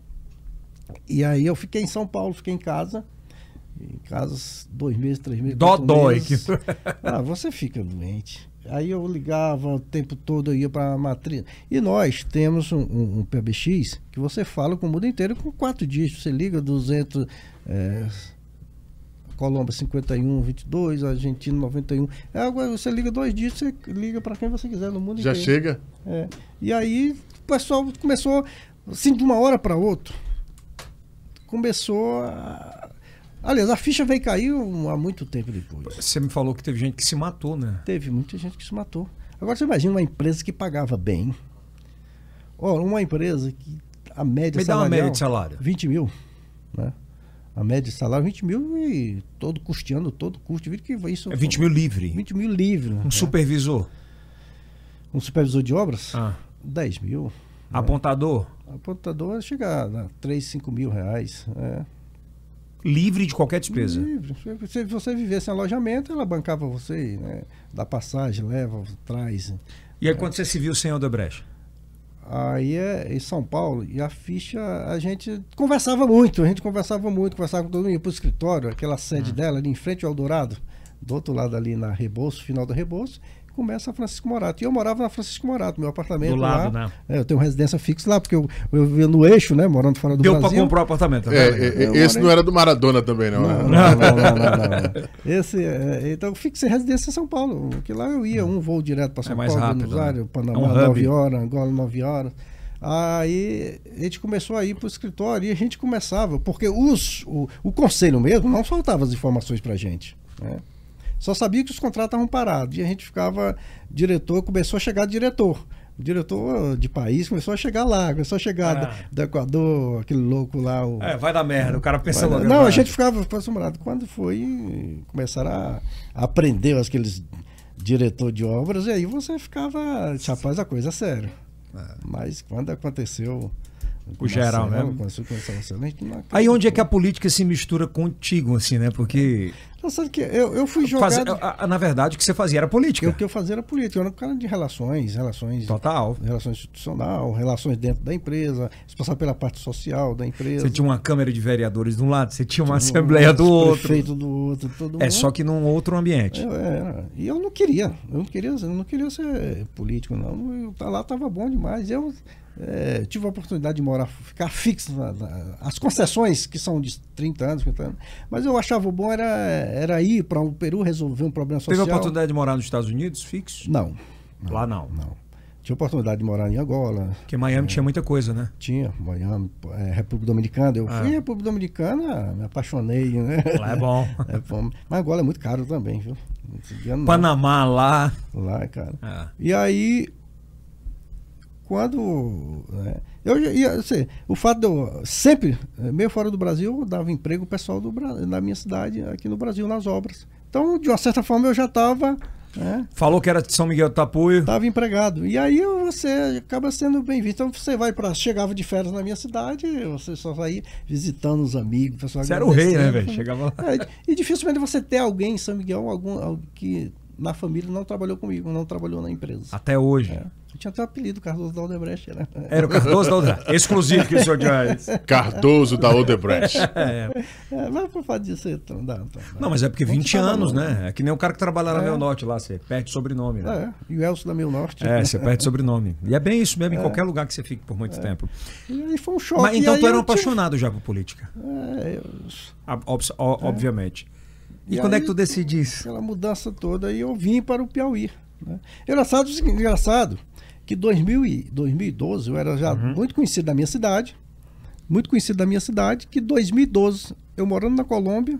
S3: E aí eu fiquei em São Paulo, fiquei em casa. Em casa, dois meses, três meses.
S1: Dó
S3: quatro
S1: dói
S3: meses.
S1: que-
S3: Ah, você fica doente. Aí eu ligava o tempo todo, eu ia para a matriz. E nós temos um, um, um PBX que você fala com o mundo inteiro com quatro dias. Você liga 200. É, Colômbia 51, 22, Argentina 91. É, agora você liga dois dias, você liga para quem você quiser no mundo
S2: Já
S3: inteiro.
S2: chega?
S3: É. E aí o pessoal começou, assim, de uma hora para outra, começou a... Aliás, a ficha veio cair um- há muito tempo depois.
S1: Você me falou que teve gente que se matou, né?
S3: Teve muita gente que se matou. Agora você imagina uma empresa que pagava bem. Ó, uma empresa que a média
S1: Me dá uma
S3: salarial-
S1: média de salário.
S3: 20 mil, né? A média de salário 20 mil e todo custeando, todo custo. Vira que isso
S1: É 20 mil livre.
S3: 20 mil livre. né?
S1: Um supervisor.
S3: Um supervisor de obras,
S1: Ah.
S3: 10 mil.
S1: Apontador.
S3: Apontador chega a 3, 5 mil reais. É.
S1: Livre de qualquer despesa.
S3: Livre. Se- Se você vivesse em alojamento, ela bancava você, né? Dá passagem, leva, traz.
S1: E aí quando você se viu sem Odebrecht?
S3: Aí é em São Paulo, e a ficha, a gente conversava muito, a gente conversava muito, conversava com todo mundo, ia pro escritório, aquela
S1: Hum.
S3: sede dela ali em frente ao Eldorado, do outro lado ali na Rebouças, final da Rebouças, começa a Francisco Morato. E eu morava na Francisco Morato, meu apartamento
S1: Do lado,
S3: lá.
S1: né?
S3: É, eu tenho residência fixa lá, porque eu, eu vivia no eixo, né, morando fora do
S1: Deu pra
S3: Brasil.
S1: comprar o apartamento. tá
S2: É,
S1: vendo?
S2: é, é,
S3: Eu
S2: esse
S3: morei-
S2: não era do Maradona também, não.
S3: Não, não,
S2: né?
S3: não, não, não, não. Esse, é, então, eu fico sem residência em São Paulo. Porque lá eu ia um voo direto para São
S1: É mais
S3: Paulo,
S1: rápido,
S3: Buenos
S1: né?
S3: Aires, Panamá,
S1: É um hub.
S3: 9 horas, Angola, 9 horas. Aí a gente começou a ir para o escritório e a gente começava, porque os, o, o conselho mesmo não soltava as informações para a gente. né? Só sabia que os contratos estavam parados. E a gente ficava diretor, começou a chegar diretor. O diretor de país começou a chegar lá, começou a chegar
S1: Ah.
S3: do, do Equador, aquele louco lá, o,
S1: É, vai dar merda. O cara pensa
S3: mas,
S1: logo.
S3: Não,
S1: vai.
S3: a gente ficava assombrado. Quando foi, começaram a a aprender aqueles diretor de obras, e aí você ficava, rapaz, a coisa é séria. Mas quando aconteceu... com
S1: geral
S3: Marcelo,
S1: mesmo?
S3: Aconteceu com Marcelo Marcelo, a gente não acredita.
S1: Aí onde é que a política se mistura contigo, assim, né? Porque.
S3: Não, sabe que eu, eu fui É. jogado...
S1: fazer- a- a- na verdade, o que você fazia era política.
S3: eu- O que eu fazia era política, eu era um cara de relações, relações...
S1: Total.
S3: Relações institucional, relações dentro da empresa, responsável pela parte social da empresa. um
S1: Você tinha uma Câmara de Vereadores de um lado, você tinha uma Assembleia do outro.
S3: Prefeito do outro, É, todo
S1: É
S3: mundo.
S1: só que num outro ambiente.
S3: Eu era. E eu não queria. Eu não queria, eu não queria ser político, não. Eu, tá lá estava bom demais. Eu eh, tive a oportunidade de morar, ficar fixo. Na, na- as concessões, que são de 30 anos, 50 anos. Mas eu achava bom era, era ir para o Peru resolver um problema
S1: Teve a
S3: social.
S1: oportunidade de morar nos Estados Unidos, fixo?
S3: Não,
S1: Lá não. Porque
S3: não. Tinha oportunidade de morar em Angola,
S1: Porque Miami tinha muita coisa, né?
S3: tinha Miami, eh, República Dominicana. Eu fui em República Dominicana, me apaixonei, né?
S1: Ah. Lá é bom.
S3: É bom. Mas Angola é muito caro também, viu? Não se engana, não.
S1: Panamá lá.
S3: Lá, é cara.
S1: Ah,
S3: E aí, quando. né, eu, já ia- assim, o fato de eu sempre, eh, meio fora do Brasil, eu dava emprego ao pessoal do, Bra- da minha cidade, aqui no Brasil, nas obras. Então, de uma certa forma, eu já estava. Né,
S1: Falou que era de São Miguel do Tapuio.
S3: Estava empregado. E aí você acaba sendo bem visto. Então você vai para. Chegava de férias na minha cidade, você só saía visitando os amigos, o pessoal.
S1: Você era o rei, né,
S3: agradecendo.
S1: velho? Chegava lá.
S3: É, e dificilmente você ter alguém em São Miguel, algum, alguém que na família não trabalhou comigo, não trabalhou na empresa.
S1: Até hoje.
S3: É. Eu tinha até o apelido Cardoso da Aldebrecht, né?
S1: Era o Cardoso da outra. É, Exclusivo que o senhor diz.
S2: Cardoso da Odebrecht.
S3: É, mas por fato disso, então, dá, então, dá.
S1: Não, mas é porque
S3: Vamos
S1: 20
S3: tirar da
S1: anos,
S3: mão.
S1: né? É que nem o cara que trabalha na
S3: É.
S1: Meu Norte lá, você perde sobrenome, né?
S3: É, e o Elcio da Meu Norte. né?
S1: É, você perde sobrenome. E é bem isso mesmo, em qualquer lugar que você fique por muito tempo.
S3: E aí foi um choque.
S1: Mas
S3: É. e
S1: então
S3: aí
S1: tu era
S3: eu
S1: um apaixonado já por política.
S3: tinha- é, eu-
S1: Ob- obs- o- Obviamente. E,
S3: É. E
S1: quando é
S3: aí-
S1: que tu decidisse?
S3: aquela mudança toda, e eu vim para o Piauí. Né? Engraçado, o seguinte, engraçado que 2000 e 2012 eu era já
S1: Uhum.
S3: muito conhecido da minha cidade, muito conhecido da minha cidade, que 2012, eu morando na Colômbia,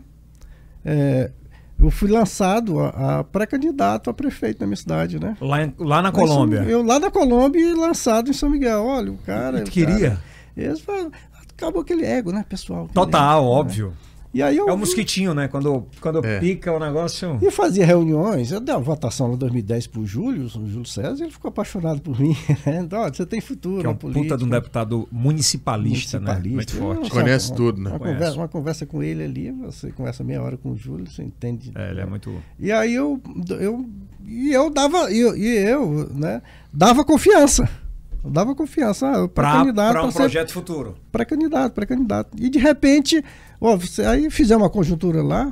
S3: é, eu fui lançado a, a pré-candidato a prefeito da minha cidade, né?
S1: Lá, em- lá na
S3: Lá em São-
S1: Colômbia.
S3: Eu lá na Colômbia e lançado em São Miguel. Olha, o cara.
S1: E tu
S3: o cara-
S1: queria?
S3: Eles falam, acabou aquele ego, né, pessoal?
S1: Total, óbvio.
S3: E aí eu
S1: É o mosquitinho, né? Quando, quando
S2: É.
S1: pica o negócio.
S3: E fazia reuniões, eu dei uma votação lá em 2010 pro Júlio, o Júlio César, ele ficou apaixonado por mim. né? Então, ó, você tem
S1: Que
S3: futuro
S1: é
S3: na
S1: um puta
S3: política.
S1: de um deputado municipalista, né? Muito
S3: municipalista.
S1: forte.
S3: Eu,
S2: Conhece
S3: uma-
S2: tudo, né?
S3: Uma
S1: Conhece.
S3: conversa, uma conversa com ele ali, você conversa meia hora com o Júlio, você entende.
S1: É, ele é muito.
S3: E aí eu, eu e eu dava e eu, e eu, né, dava confiança. Eu dava confiança ah, para
S1: Pra,
S3: candidato,
S1: pra um
S3: pra ser
S1: projeto futuro.
S3: pré-candidato, pré-candidato. E de repente, ó, você- aí fizemos uma conjuntura lá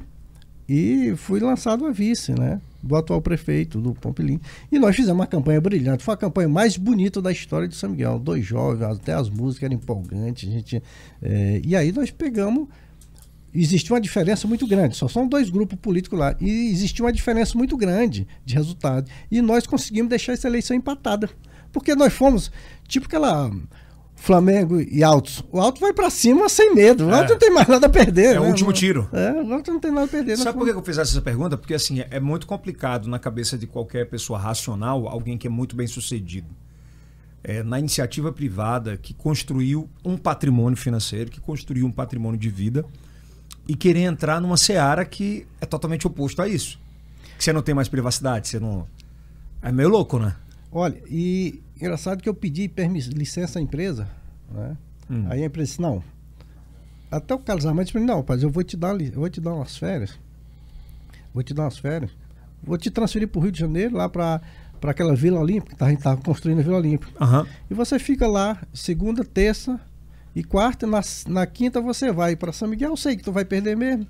S3: e fui lançado a vice, né? Do atual prefeito, do Pompelim. E nós fizemos uma campanha brilhante. Foi a campanha mais bonita da história de São Miguel. Dois jovens, até as músicas eram empolgantes. A gente, eh, e aí nós pegamos. Existiu uma diferença muito grande, só são dois grupos políticos lá. E existiu uma diferença muito grande de resultado. E nós conseguimos deixar essa eleição empatada. Porque nós fomos, tipo aquela Flamengo e Altos. O Alto vai pra cima sem medo. O Alto não tem mais nada a perder.
S1: É o
S3: né?
S1: último tiro.
S3: É, o Alto não tem nada a perder. né? Nós
S1: Sabe por
S3: fomos-
S1: que eu fiz essa pergunta? Porque assim, é muito complicado na cabeça de qualquer pessoa racional, alguém que é muito bem sucedido. É, na iniciativa privada que construiu um patrimônio financeiro, que construiu um patrimônio de vida e querer entrar numa seara que é totalmente oposto a isso. Que você não tem mais privacidade, você não. É meio louco, né?
S3: Olha, e engraçado que eu pedi permis- licença à empresa, né?
S1: Hum.
S3: Aí a empresa disse, não. Até o Carlos Armando disse pra mim, não, rapaz, eu vou te dar, li- eu vou te dar umas férias. Vou te dar umas férias. Vou te transferir pro Rio de Janeiro, lá pra, pra aquela Vila Olímpica, que a gente tava construindo a Vila Olímpica.
S1: Aham.
S3: E você fica lá segunda, terça e quarta. Na, na quinta você vai para São Miguel. Eu sei que tu vai perder mesmo.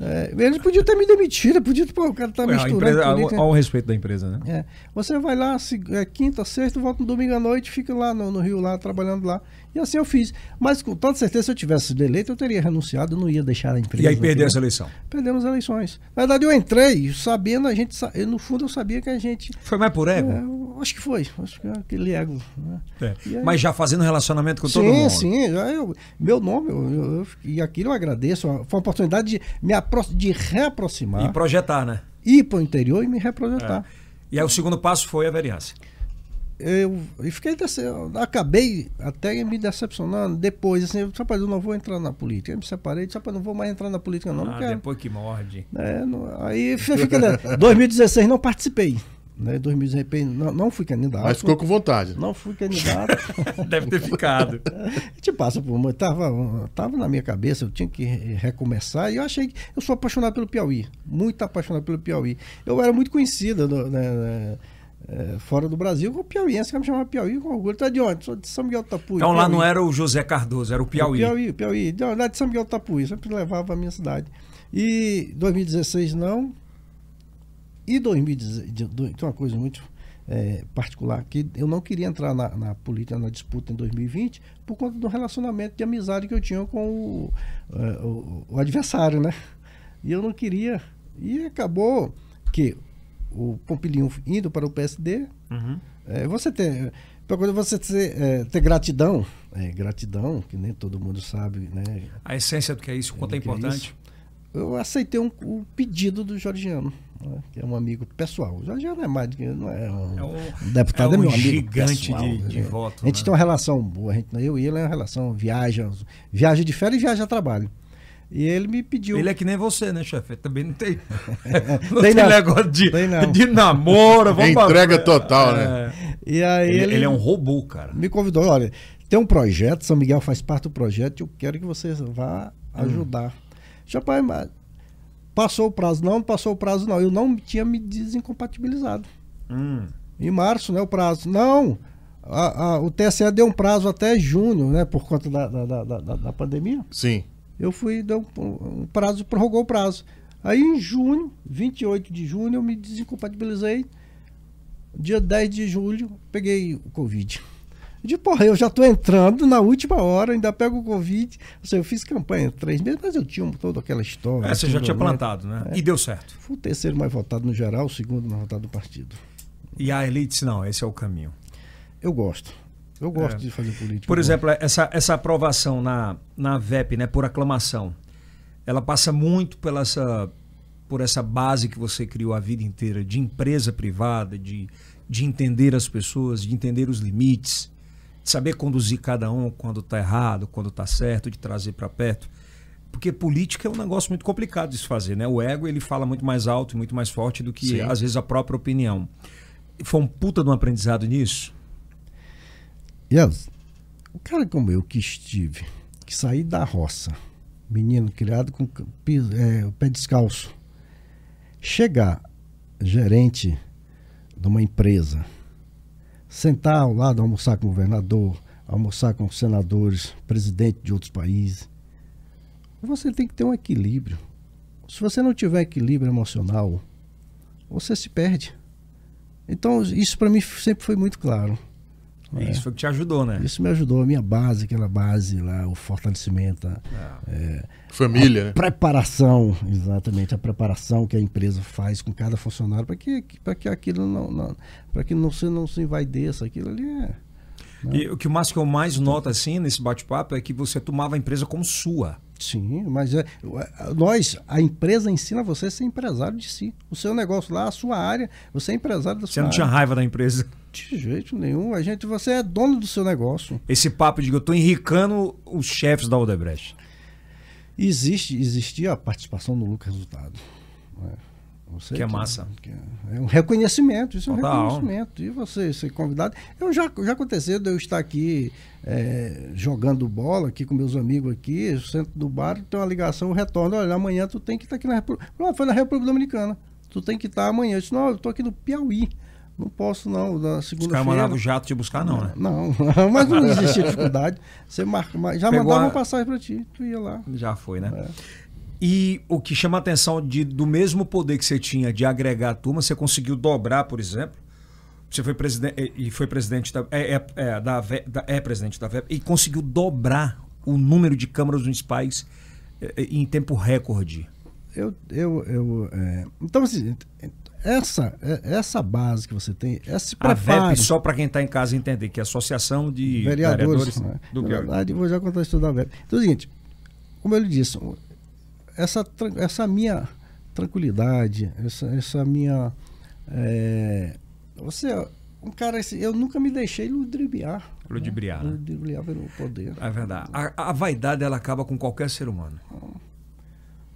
S3: É, eles podiam ter me demitido, podia, pô, o cara tá
S1: Olha
S3: misturando. política.
S1: o respeito da empresa, né?
S3: É. Você vai lá se- é, quinta, sexta, volta no domingo à noite, fica lá no, no Rio, lá trabalhando lá. E assim eu fiz. Mas com toda certeza, se eu tivesse sido eleito, eu teria renunciado, eu não ia deixar a empresa.
S1: E aí perdeu
S3: né?
S1: essa eleição.
S3: Perdemos as eleições. Na verdade, eu entrei sabendo, a gente. sa- Eu, no fundo, eu sabia que a gente.
S1: Foi mais por
S3: é,
S1: ego.
S3: eu acho que foi. Acho que é aquele ego. Né?
S1: É.
S3: E aí-
S1: Mas já fazendo relacionamento com
S3: sim,
S1: todo mundo.
S3: Sim, já eu- meu nome, eu- eu- eu- e aquilo eu agradeço. Foi uma oportunidade de me apro- de reaproximar,
S1: E projetar, né?
S3: ir para o interior e me reprojetar.
S1: E aí o segundo passo foi a vereança.
S3: Eu, e fiquei dece- eu acabei até me decepcionando depois, assim, eu, rapaz, eu não vou entrar na política. Eu me separei, disse, rapaz, não vou mais entrar na política, não, não
S1: Ah,
S3: quero.
S1: depois que morde.
S3: É, não- aí fica, né, 2016 não participei. Né, 2016 não, não fui candidato.
S2: Mas ficou com vontade.
S3: Não fui candidato.
S1: Deve ter ficado.
S3: A gente passa por muito. Tava, tava na minha cabeça, eu tinha que re- recomeçar. E eu achei que. Eu sou apaixonado pelo Piauí. Muito apaixonado pelo Piauí. Eu era muito conhecida no- né, né, eh, fora do Brasil, como piauiense, que me chamava Piauí com orgulho. Tá de onde? Sou de São Miguel do Tapuí.
S1: Então lá
S3: Piauí.
S1: não era o José Cardoso, era o Piauí.
S3: Piauí, Piauí. De onde? Lá de São Miguel do Tapuí. Sempre levava a minha cidade. E 2016 não. E 2016. Tem uma coisa muito. eh, particular, que eu não queria entrar na, na política, na disputa em 2020, por conta do relacionamento de amizade que eu tinha com o, eh, o- o adversário, né? E eu não queria. E acabou que o Pompilinho indo para o PSD,
S1: Uhum.
S3: é, você ter. pra quando você ter, é, ter gratidão, é, gratidão, que nem todo mundo sabe, né?
S1: A essência do que é isso, o quanto é
S3: do que é
S1: importante.
S3: Eu aceitei um- o pedido do Jorgiano, né, que é um amigo pessoal. O Jorgiano é mais. do que- Não é um,
S1: É um-
S3: um deputado,
S1: é
S3: é,
S1: um
S3: meu amigo.
S1: gigante
S3: pessoal,
S1: de- de
S3: né?
S1: voto,
S3: A gente
S1: né?
S3: tem uma relação boa, a gente, eu e ele é uma relação, viaja, viaja de férias e viaja a trabalho. E ele me pediu.
S1: Ele é que nem você, né, chefe? Também não tem. não tem,
S3: Tem não.
S1: negócio de,
S3: Tem não.
S1: de namoro. vamos pra-
S2: Entrega total, né?
S1: É.
S3: E aí
S1: Ele,
S3: ele,
S1: ele é um robô, cara.
S3: me convidou, olha, tem um projeto, São Miguel faz parte do projeto, eu quero que você vá ajudar. Já pai, mas passou o prazo, não, passou o prazo, não. Eu não tinha me desincompatibilizado.
S1: Hum.
S3: Em março, né, o prazo. Não, a- a- o TSE deu um prazo até junho, né, por conta da, da, da, da- da pandemia.
S2: Sim.
S3: Eu fui, deu um, um prazo, prorrogou o prazo. Aí em junho, 28 de junho, eu me desincompatibilizei. Dia 10 de julho, peguei o Covid. De porra, eu já tô entrando na última hora, ainda pego o Covid. Ou seja, eu fiz campanha três meses, mas eu tinha um, toda aquela história.
S1: É, você já
S3: tudo,
S1: tinha
S3: né?
S1: plantado, né? E deu certo.
S3: Fui o terceiro mais votado no geral, o segundo mais votado do partido.
S1: E a elite disse: não, esse é o caminho.
S3: Eu gosto. Eu gosto
S1: É.
S3: de fazer política.
S1: Por
S3: eu
S1: exemplo, é, essa, essa aprovação na, na VEP, né, por aclamação, ela passa muito pela essa, por essa base que você criou a vida inteira de empresa privada, de, de entender as pessoas, de entender os limites, tá de saber conduzir cada um quando está errado, quando está certo, de trazer para perto. porque política é um negócio muito complicado de se fazer, né? O ego ele fala muito mais alto e muito mais forte do que
S2: Sim.
S1: às vezes a própria opinião. Foi um puta de um aprendizado nisso?
S3: Yes. O cara como eu que estive, que saí da roça, menino criado com c- pis- é, o pé descalço, chegar gerente de uma empresa, sentar ao lado, almoçar com o governador, almoçar com os senadores, presidente de outros países. Você tem que ter um equilíbrio. Se você não tiver equilíbrio emocional, você se perde. Então, isso para mim sempre foi muito claro. É.
S1: Isso foi o que te ajudou, né?
S3: Isso me ajudou, a minha base, aquela base lá, o fortalecimento, a
S2: Família, né?
S3: preparação, exatamente, a preparação que a empresa faz com cada funcionário para que, pra que aquilo não, não para que não se, não se envaideça, aquilo ali é.
S1: E o que o Márcio que eu mais noto assim nesse bate-papo é que você tomava a empresa como sua.
S3: Sim, mas é, nós, a empresa ensina você a ser empresário de si. O seu negócio lá, a sua área, você é empresário da sua
S1: Você não tinha
S3: área.
S1: raiva da empresa.
S3: De jeito nenhum. A gente, você é dono do seu negócio.
S1: Esse papo de que eu tô enricando os chefes da Odebrecht.
S3: Existe, existia a participação no lucro resultado. né? Você
S1: Que é
S3: tem-
S1: massa.
S3: que é- É um reconhecimento, isso é um
S1: Total.
S3: reconhecimento. E você ser convidado. Eu já, já aconteceu de eu estar aqui é, jogando bola aqui com meus amigos aqui, eu sento do bar, tem uma ligação, eu retorno. Olha, amanhã tu tem que estar aqui na República. Não, foi na República Dominicana. Tu tem que estar amanhã. Eu disse, não, eu tô aqui no Piauí. Não posso, não, na
S1: Os caras
S3: segunda-feira.
S1: mandavam o jato te buscar, não, né?
S3: Não, mas não existia dificuldade. Você marca, mas já
S1: Pegou
S3: mandava
S1: a-
S3: uma passagem para ti, tu ia lá.
S1: Já foi, né? E o que chama a atenção de, do mesmo poder que você tinha de agregar a turma, você conseguiu dobrar, por exemplo. Você foi presidente e foi presidente da é, é- é, da, Ve- da- é presidente da VEP e conseguiu dobrar o número de câmaras municipais é, é, em tempo recorde.
S3: eu, eu, eu é, então assim, essa é- essa base que você tem, é esse
S1: A
S3: preparo
S1: VEP, só para quem está em casa entender, que é a Associação de
S3: vereadores,
S1: Vereadores,
S3: né?
S1: do
S3: na
S1: Piauí.
S3: verdade, vou já contar isso da VEP. Então é o seguinte, como eu lhe disse, o- essa tran- essa minha tranquilidade, essa essa minha é, você é um cara assim, eu nunca me deixei ludibriar,
S1: Ludibriar, né?
S3: ludibriar pelo poder.
S1: É verdade. A, a vaidade ela acaba com qualquer ser humano.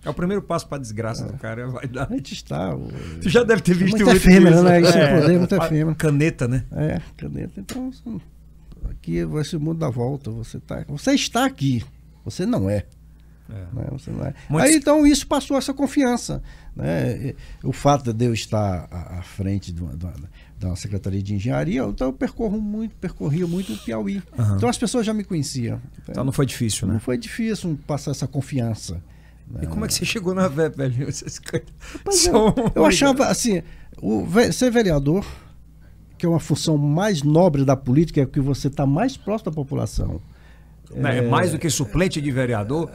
S1: É o primeiro passo para a desgraça do cara, é a
S3: A
S1: vaidade.
S3: gente está o-
S1: Tu já deve ter visto
S3: Muita
S1: muito
S3: efêmera,
S1: disso.
S3: né? Isso é poder, muita
S1: a
S3: efêmera.
S1: Caneta, né?
S3: É, caneta. Então, você não- aqui esse mundo dá volta. Você, tá, você está aqui. Você não é.
S1: É.
S3: né? Você não é.
S1: Muitos-
S3: Aí, então, isso passou essa confiança. Né? E- O fato de eu estar à, à frente de uma, de uma- de uma secretaria de engenharia, então eu percorro muito, percorria muito o Piauí. Então as pessoas já me conheciam.
S1: Então não foi difícil,
S3: Não
S1: né?
S3: foi difícil passar essa confiança.
S1: E como é que você chegou na VEP, velho? Essas coisas
S3: Pois é,
S1: são-
S3: eu achava assim, o ve- ser vereador, que é uma função mais nobre da política, é que você está mais próximo da população.
S1: Né, É... mais do que suplente de vereador.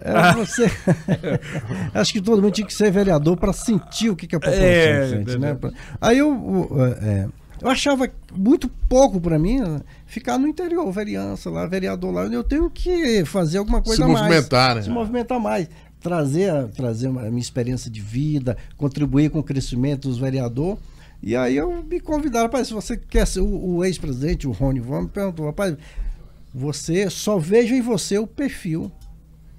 S3: É, você- Acho que todo mundo tinha que ser vereador para sentir o que, que a população
S1: É,
S3: sente,
S1: é
S3: né?
S1: verdade.
S3: Pra- Aí eu, o- é, eu achava muito pouco para mim né, ficar no interior, vereança lá, vereador lá. Eu tenho que fazer alguma coisa a mais.
S2: movimentar, né?
S3: Se movimentar mais. Trazer, a- trazer uma- a minha experiência de vida, contribuir com o crescimento dos vereadores. E aí eu me convidaram, rapaz, se você quer ser o, o ex-presidente, o Rony Von, me perguntou, rapaz, você só vejo em você o perfil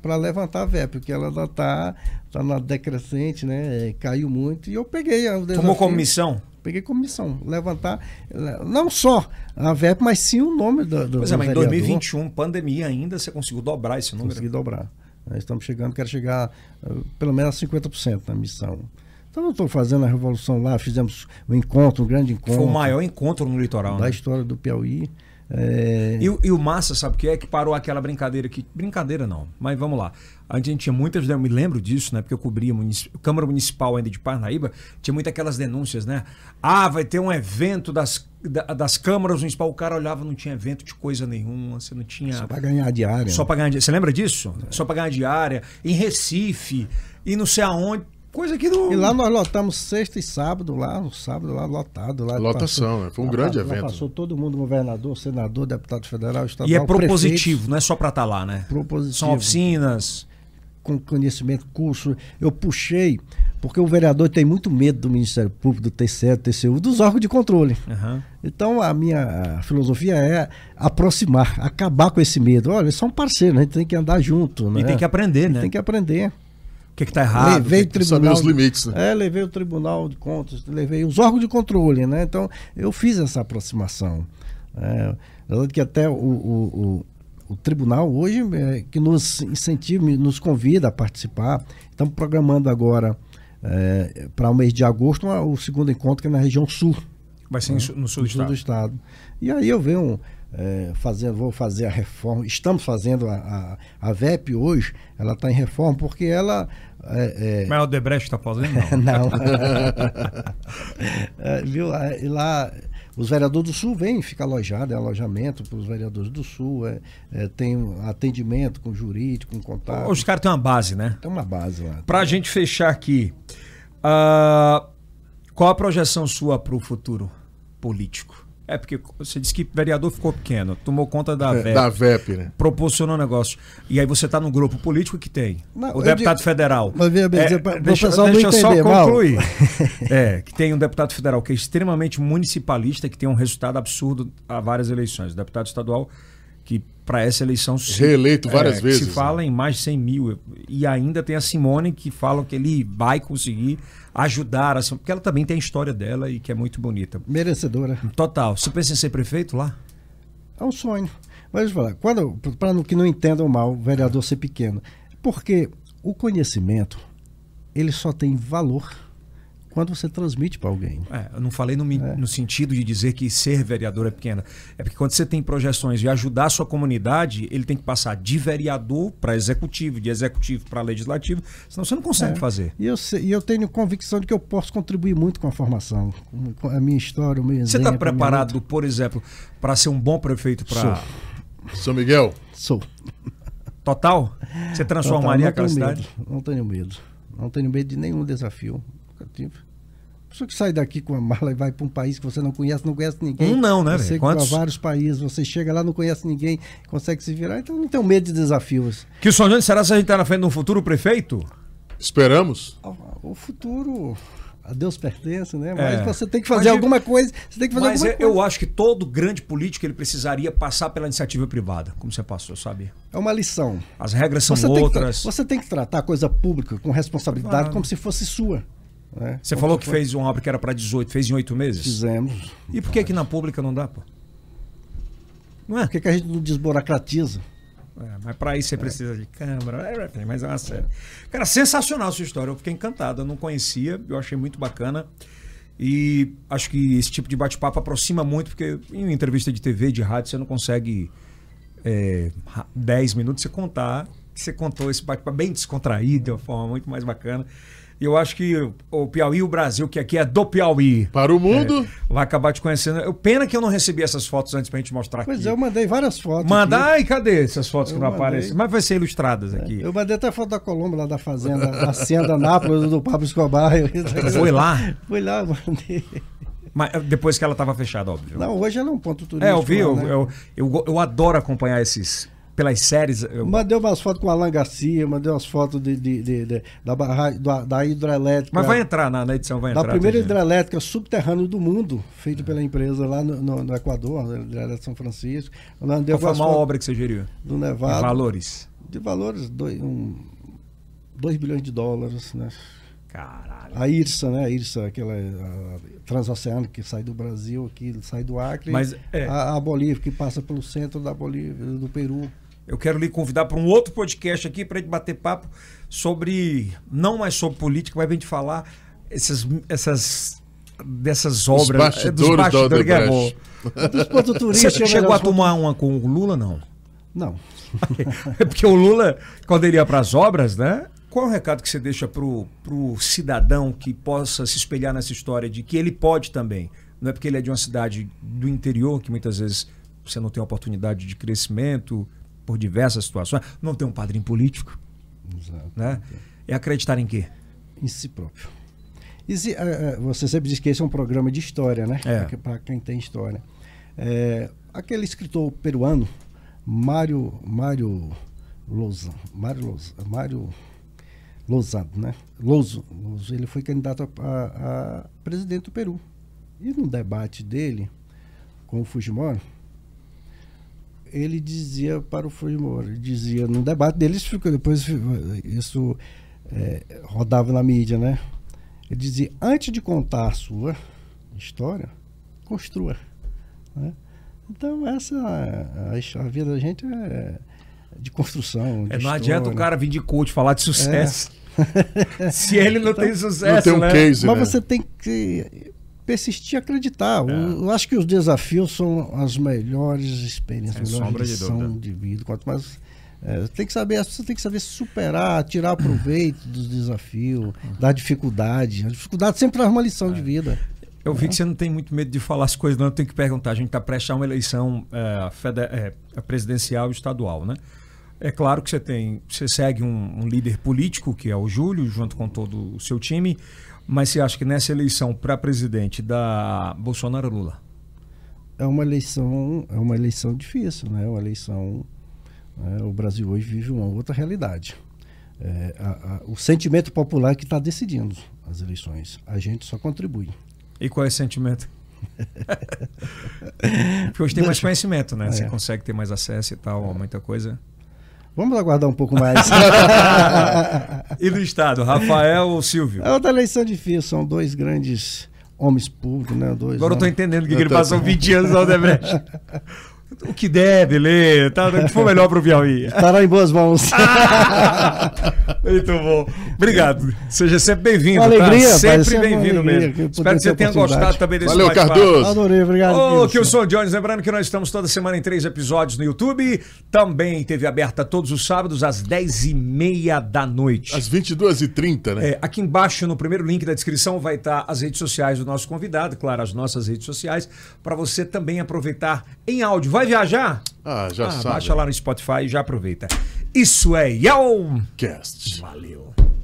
S3: para levantar a VEP, porque ela já tá, tá na decrescente, né? É, Caiu muito. E eu peguei a
S1: Tomou como missão?
S3: Peguei como missão, levantar eh, não só a VEP, mas sim o nome do, do,
S1: Pois
S3: do
S1: é, mas em
S3: vereador.
S1: 2021, pandemia ainda, você conseguiu dobrar esse número.
S3: Consegui dobrar. Nós estamos chegando, quero chegar eh, pelo menos a 50% na missão. Então eu estou fazendo a revolução lá, fizemos um encontro, um grande encontro
S1: Foi o maior encontro no litoral,
S3: da
S1: né?
S3: história do Piauí. eh,
S1: E, o- e o massa, sabe o que é? Que parou aquela brincadeira que. Brincadeira não, mas vamos lá. A gente tinha muitas. Eu me lembro disso, né? Porque eu cobria munici- Câmara Municipal ainda de Parnaíba. Tinha muitas aquelas denúncias, né? Ah, vai ter um evento das, da- das câmaras municipais. O cara olhava, não tinha evento de coisa nenhuma. Você não tinha.
S3: Só para ganhar É. a diária.
S1: Só pra ganhar dinheiro. Você lembra disso? Só pra ganhar diária. Em Recife. E não sei aonde. Coisa que não.
S3: E lá nós lotamos sexta e sábado, lá, no sábado lá lotado. Lá
S2: Lotação, né? Foi um grande
S3: lá
S2: evento.
S3: Passou todo mundo, governador, senador, deputado federal, estadual,
S1: E é propositivo,
S3: prefeito,
S1: não é só pra estar lá, né?
S3: Propositivo.
S1: São oficinas.
S3: com conhecimento, curso. Eu puxei Porque o vereador tem muito medo do Ministério Público, do TCE, do TCU, dos órgãos de controle.
S1: Aham.
S3: Então a minha filosofia é aproximar, acabar com esse medo. Olha, eles são parceiros, né? a gente tem que andar junto. Né?
S1: E tem que aprender, né?
S3: Tem que aprender.
S1: O que, que tá errado?
S3: levei o
S1: o que
S2: saber
S3: tribunal.
S2: os limites, né?
S3: É, levei o Tribunal de Contas, levei os órgãos de controle, né? Então, eu fiz essa aproximação. É, na verdade que até o, o, o, o tribunal hoje é, que nos incentiva, me- nos convida a participar. Estamos programando agora é, para o mês de agosto uma- o segundo encontro que é na região sul
S1: que Vai ser em su- no sul do
S3: do sul do
S1: estado.
S3: estado. E aí eu venho eh, fazendo, vou fazer a reforma. Estamos fazendo a, a, a VEP hoje, ela está em reforma porque ela eh, eh,
S1: Mas o Debrecht tá fazendo, não.
S3: não. É, viu? É, E lá, os vereadores do Sul vêm ficar alojado, é alojamento para os vereadores do Sul, é, é, tem um atendimento com jurídico, com contato.
S1: Os caras têm uma base, né?
S3: Tem uma base lá.
S1: Pra gente fechar aqui, ah, qual a projeção sua pro futuro político? É porque você disse que vereador ficou pequeno, tomou conta da
S2: É,
S1: VEP,
S2: Da VEP, né?
S1: proporcionou um negócio. E aí você tá no grupo político que tem.
S3: Não,
S1: o
S3: eu
S1: deputado
S3: digo-
S1: federal. É,
S3: Mas veja bem, dizer pra- pro
S1: deixa
S3: pessoal não
S1: deixa eu só
S3: entender, Mauro.
S1: concluir. é, que tem um deputado federal que é extremamente municipalista, que tem um resultado absurdo a várias eleições. O deputado estadual que para essa eleição se- é,
S2: Reeleito várias
S1: que
S2: vezes, né?
S1: Se fala em mais de 100 mil. E ainda tem a Simone que falam que ele vai conseguir ajudar. A Simone, porque ela também tem a história dela e que é muito bonita.
S3: Merecedora.
S1: Total. Você pensa em ser prefeito lá?
S3: É um sonho. Mas deixa eu falar, quando, para que não entendam mal o vereador ser pequeno, porque o conhecimento, ele só tem valor quando você transmite para alguém.
S1: É, eu não falei no, mi- no sentido de dizer que ser vereador é pequena. É porque quando você tem projeções de ajudar a sua comunidade, ele tem que passar de vereador para executivo, de executivo para legislativo, senão você não consegue fazer.
S3: É. E eu, sei- e eu tenho convicção de que eu posso contribuir muito com a formação, com- com a minha história, o meu
S1: Você
S3: exemplo.
S1: está
S3: a minha
S1: preparado, por exemplo, para ser um bom prefeito para
S3: Sou.
S2: São Miguel,
S3: luta. Sou.
S1: total? Você transformaria
S3: Total,
S1: aquela
S3: não tenho
S1: cidade?
S3: medo, Não tenho medo. Não tenho medo de nenhum desafio. Nunca tive. A pessoa que sai daqui com a mala e vai para um país que você não conhece, não conhece ninguém.
S1: Um não, né,
S3: Você
S1: velho?
S3: que vai a
S1: Quantos?
S3: vários países, você chega lá, não conhece ninguém, consegue se virar. Então não tenho medo de desafios.
S1: Que o Sonjante, será que a gente está na frente de um futuro prefeito?
S2: esperamos.
S3: O futuro a Deus pertence, né? Mas
S1: É.
S3: você tem que fazer
S1: Mas,
S3: alguma coisa. Você tem que fazer
S1: Mas
S3: alguma
S1: eu-
S3: coisa.
S1: eu acho que todo grande político ele precisaria passar pela iniciativa privada, como você passou, sabe?
S3: É uma lição.
S1: As regras são
S3: você
S1: outras.
S3: Tem que, tra- você tem que tratar a coisa pública com responsabilidade como se fosse sua. né?
S1: Você
S3: Como
S1: falou
S3: se
S1: que
S3: fosse-
S1: fez uma obra que era para 18, fez em 8 meses?
S3: Fizemos.
S1: E por que que na pública não dá, pô? Não é?
S3: Por que, que a gente não desburocratiza?
S1: É, mas para isso você precisa de câmera, é, tem mais uma série. Cara, sensacional essa história. Eu fiquei encantado. Eu não conhecia, eu achei muito bacana. E acho que esse tipo de bate-papo aproxima muito, porque em entrevista de TV, de rádio, você não consegue é, ra- 10 minutos você contar. que Você contou esse bate-papo bem descontraído, de uma forma muito mais bacana. E eu acho que o Piauí, o Brasil, que aqui é do Piauí,
S2: Para o mundo,
S1: vai acabar te conhecendo. Eu, pena que eu não recebi essas fotos antes pra gente mostrar
S3: Pois
S1: aqui.
S3: é, eu mandei várias fotos.
S1: Mandar, ai, cadê essas fotos que
S3: Eu
S1: não
S3: mandei.
S1: aparecem? Mas vai ser ilustradas aqui.
S3: aqui. Eu mandei até foto da Colômbia lá da fazenda, da Hacienda Nápoles, do Pablo Escobar. Eu-
S1: Foi lá,
S3: Fui lá, mandei.
S1: mas eh, depois que ela estava fechada, óbvio.
S3: Não, hoje ela é um ponto turístico.
S1: é, eu vi,
S3: lá,
S1: eu,
S3: né?
S1: eu, eu, go- eu adoro acompanhar esses. Pelas séries. eu-
S3: Mandei umas fotos com Alan Garcia, mandei umas fotos de, de- de- de- da, barragem, da, da hidrelétrica.
S1: Mas vai entrar na, na edição, vai
S3: Da
S1: entrar.
S3: é, primeira
S1: Tatiana.
S3: hidrelétrica subterrânea do mundo, feita pela empresa lá no, no- no Equador, na Hidrelétrica São Francisco. Ela deu
S1: Qual foi a
S3: umas
S1: maior
S3: fotos
S1: obra que você geriu?
S3: do
S1: Em
S3: Nevado.
S1: valores.
S3: De valores, 2 bilhões de dólares. Né?
S1: Caralho.
S3: A IRSA, né? A IRSA, aquela a, transoceânica que sai do Brasil, que sai do Acre.
S1: Mas, é.
S3: a, a Bolívia, que passa pelo centro da Bolívia, do Peru.
S1: Eu quero lhe convidar para um outro podcast aqui para gente bater papo sobre. Não mais sobre política, mas a gente falar essas. essas dessas obras. é,
S2: bastidores da
S1: que é bom.
S2: Odebrecht.
S3: Dos pontos
S1: Você
S3: turísticos. é
S1: chegou a
S3: melhor-
S1: tomar uma com o Lula, não?
S3: Não.
S1: É porque o Lula, quando ele ia para as obras, né? Qual é o recado que você deixa pro, pro cidadão que possa se espelhar nessa história de que ele pode também? Não é porque ele é de uma cidade do interior, que muitas vezes você não tem oportunidade de crescimento por diversas situações, não tem um padrinho político,
S3: Exato.
S1: né? É acreditar em quê?
S3: em si próprio. E se, eh, eh, você sempre diz que esse é um programa de história, né?
S1: É.
S3: Para quem tem história. Eh, aquele escritor peruano, Mário Mário Lousã, Mário Lousã, Mário Lousado, né? Louso, Louso, ele foi candidato a, a- a presidente do Peru. E no debate dele com o Fujimori, ele dizia para o Fujimori, ele dizia no debate dele, isso ficou- depois isso é, rodava na mídia, né? Ele dizia, antes de contar a sua história, construa. né? Então essa a, a vida da gente é de construção. de
S1: É, não adianta o
S2: né?
S3: história.
S1: cara vir de coach falar de sucesso. Se ele não tem sucesso,
S2: É. Não tem um
S1: né?
S2: case,
S3: Mas
S4: é.
S2: né?
S3: você tem que persistir e acreditar. Eu acho que os desafios são as melhores experiências,
S4: Sem
S3: a melhor
S4: sombra de
S3: lição
S4: dúvida.
S3: de, vida. Quanto mais é, tem que saber, você tem que saber superar, tirar proveito dos desafios, da dificuldade. A dificuldade sempre traz uma lição
S4: É.
S3: de vida.
S1: Eu vi que você não tem muito medo de falar as coisas, não. Eu tenho que perguntar. A gente está prestes a uma eleição é, fede- é, presidencial e estadual, né? É claro que você tem. Você segue um, um líder político, que é o Júlio, junto com todo o seu time, mas você acha que nessa eleição para presidente da Bolsonaro ou Lula?
S3: É uma eleição, é uma eleição difícil, né? É Uma eleição. né? O Brasil hoje vive uma outra realidade. É, a- a- o sentimento popular que está decidindo as eleições. A gente só contribui.
S1: E qual é esse sentimento? Porque hoje tem mais conhecimento, né? Você
S3: É.
S1: consegue ter mais acesso e tal, a muita coisa.
S3: Vamos aguardar um pouco mais.
S1: E do Estado, Rafael ou Silvio?
S3: É outra eleição difícil, são dois grandes homens públicos, né? Dois
S1: Agora eu tô
S3: homens-
S1: entendendo que,
S2: Eu
S1: que ele
S2: tô-
S1: passou 20 anos na Odebrecht. né, o que der, beleza. Tá, o que for melhor pro Piauí.
S3: Estará em boas mãos.
S1: Ah! Muito bom. Obrigado. Seja sempre bem-vindo.
S3: Uma alegria,
S1: tá?
S3: rapaz,
S1: Sempre
S3: sempre uma
S1: bem-vindo
S3: alegria que
S1: mesmo.
S3: eu
S1: Espero
S3: pude
S1: que você
S3: ter
S1: tenha
S3: oportunidade.
S1: gostado também desse
S2: Valeu,
S1: bate-papo.
S2: Cardoso.
S3: Adorei, obrigado.
S1: Ô,
S3: Wilson.
S1: Kilson Jones, lembrando que nós estamos toda semana em três episódios no YouTube. Também teve aberta todos os sábados às 10h30 da noite.
S2: Às 22h30, né?
S1: É, aqui embaixo, no primeiro link da descrição, vai estar as redes sociais do nosso convidado, claro, as nossas redes sociais, para você também aproveitar em áudio. Vai viajar?
S2: Ah, já
S1: Ah,
S2: sabe.
S1: baixa lá no Spotify e já aproveita. Isso é Yelm!
S2: Cast.
S1: Valeu!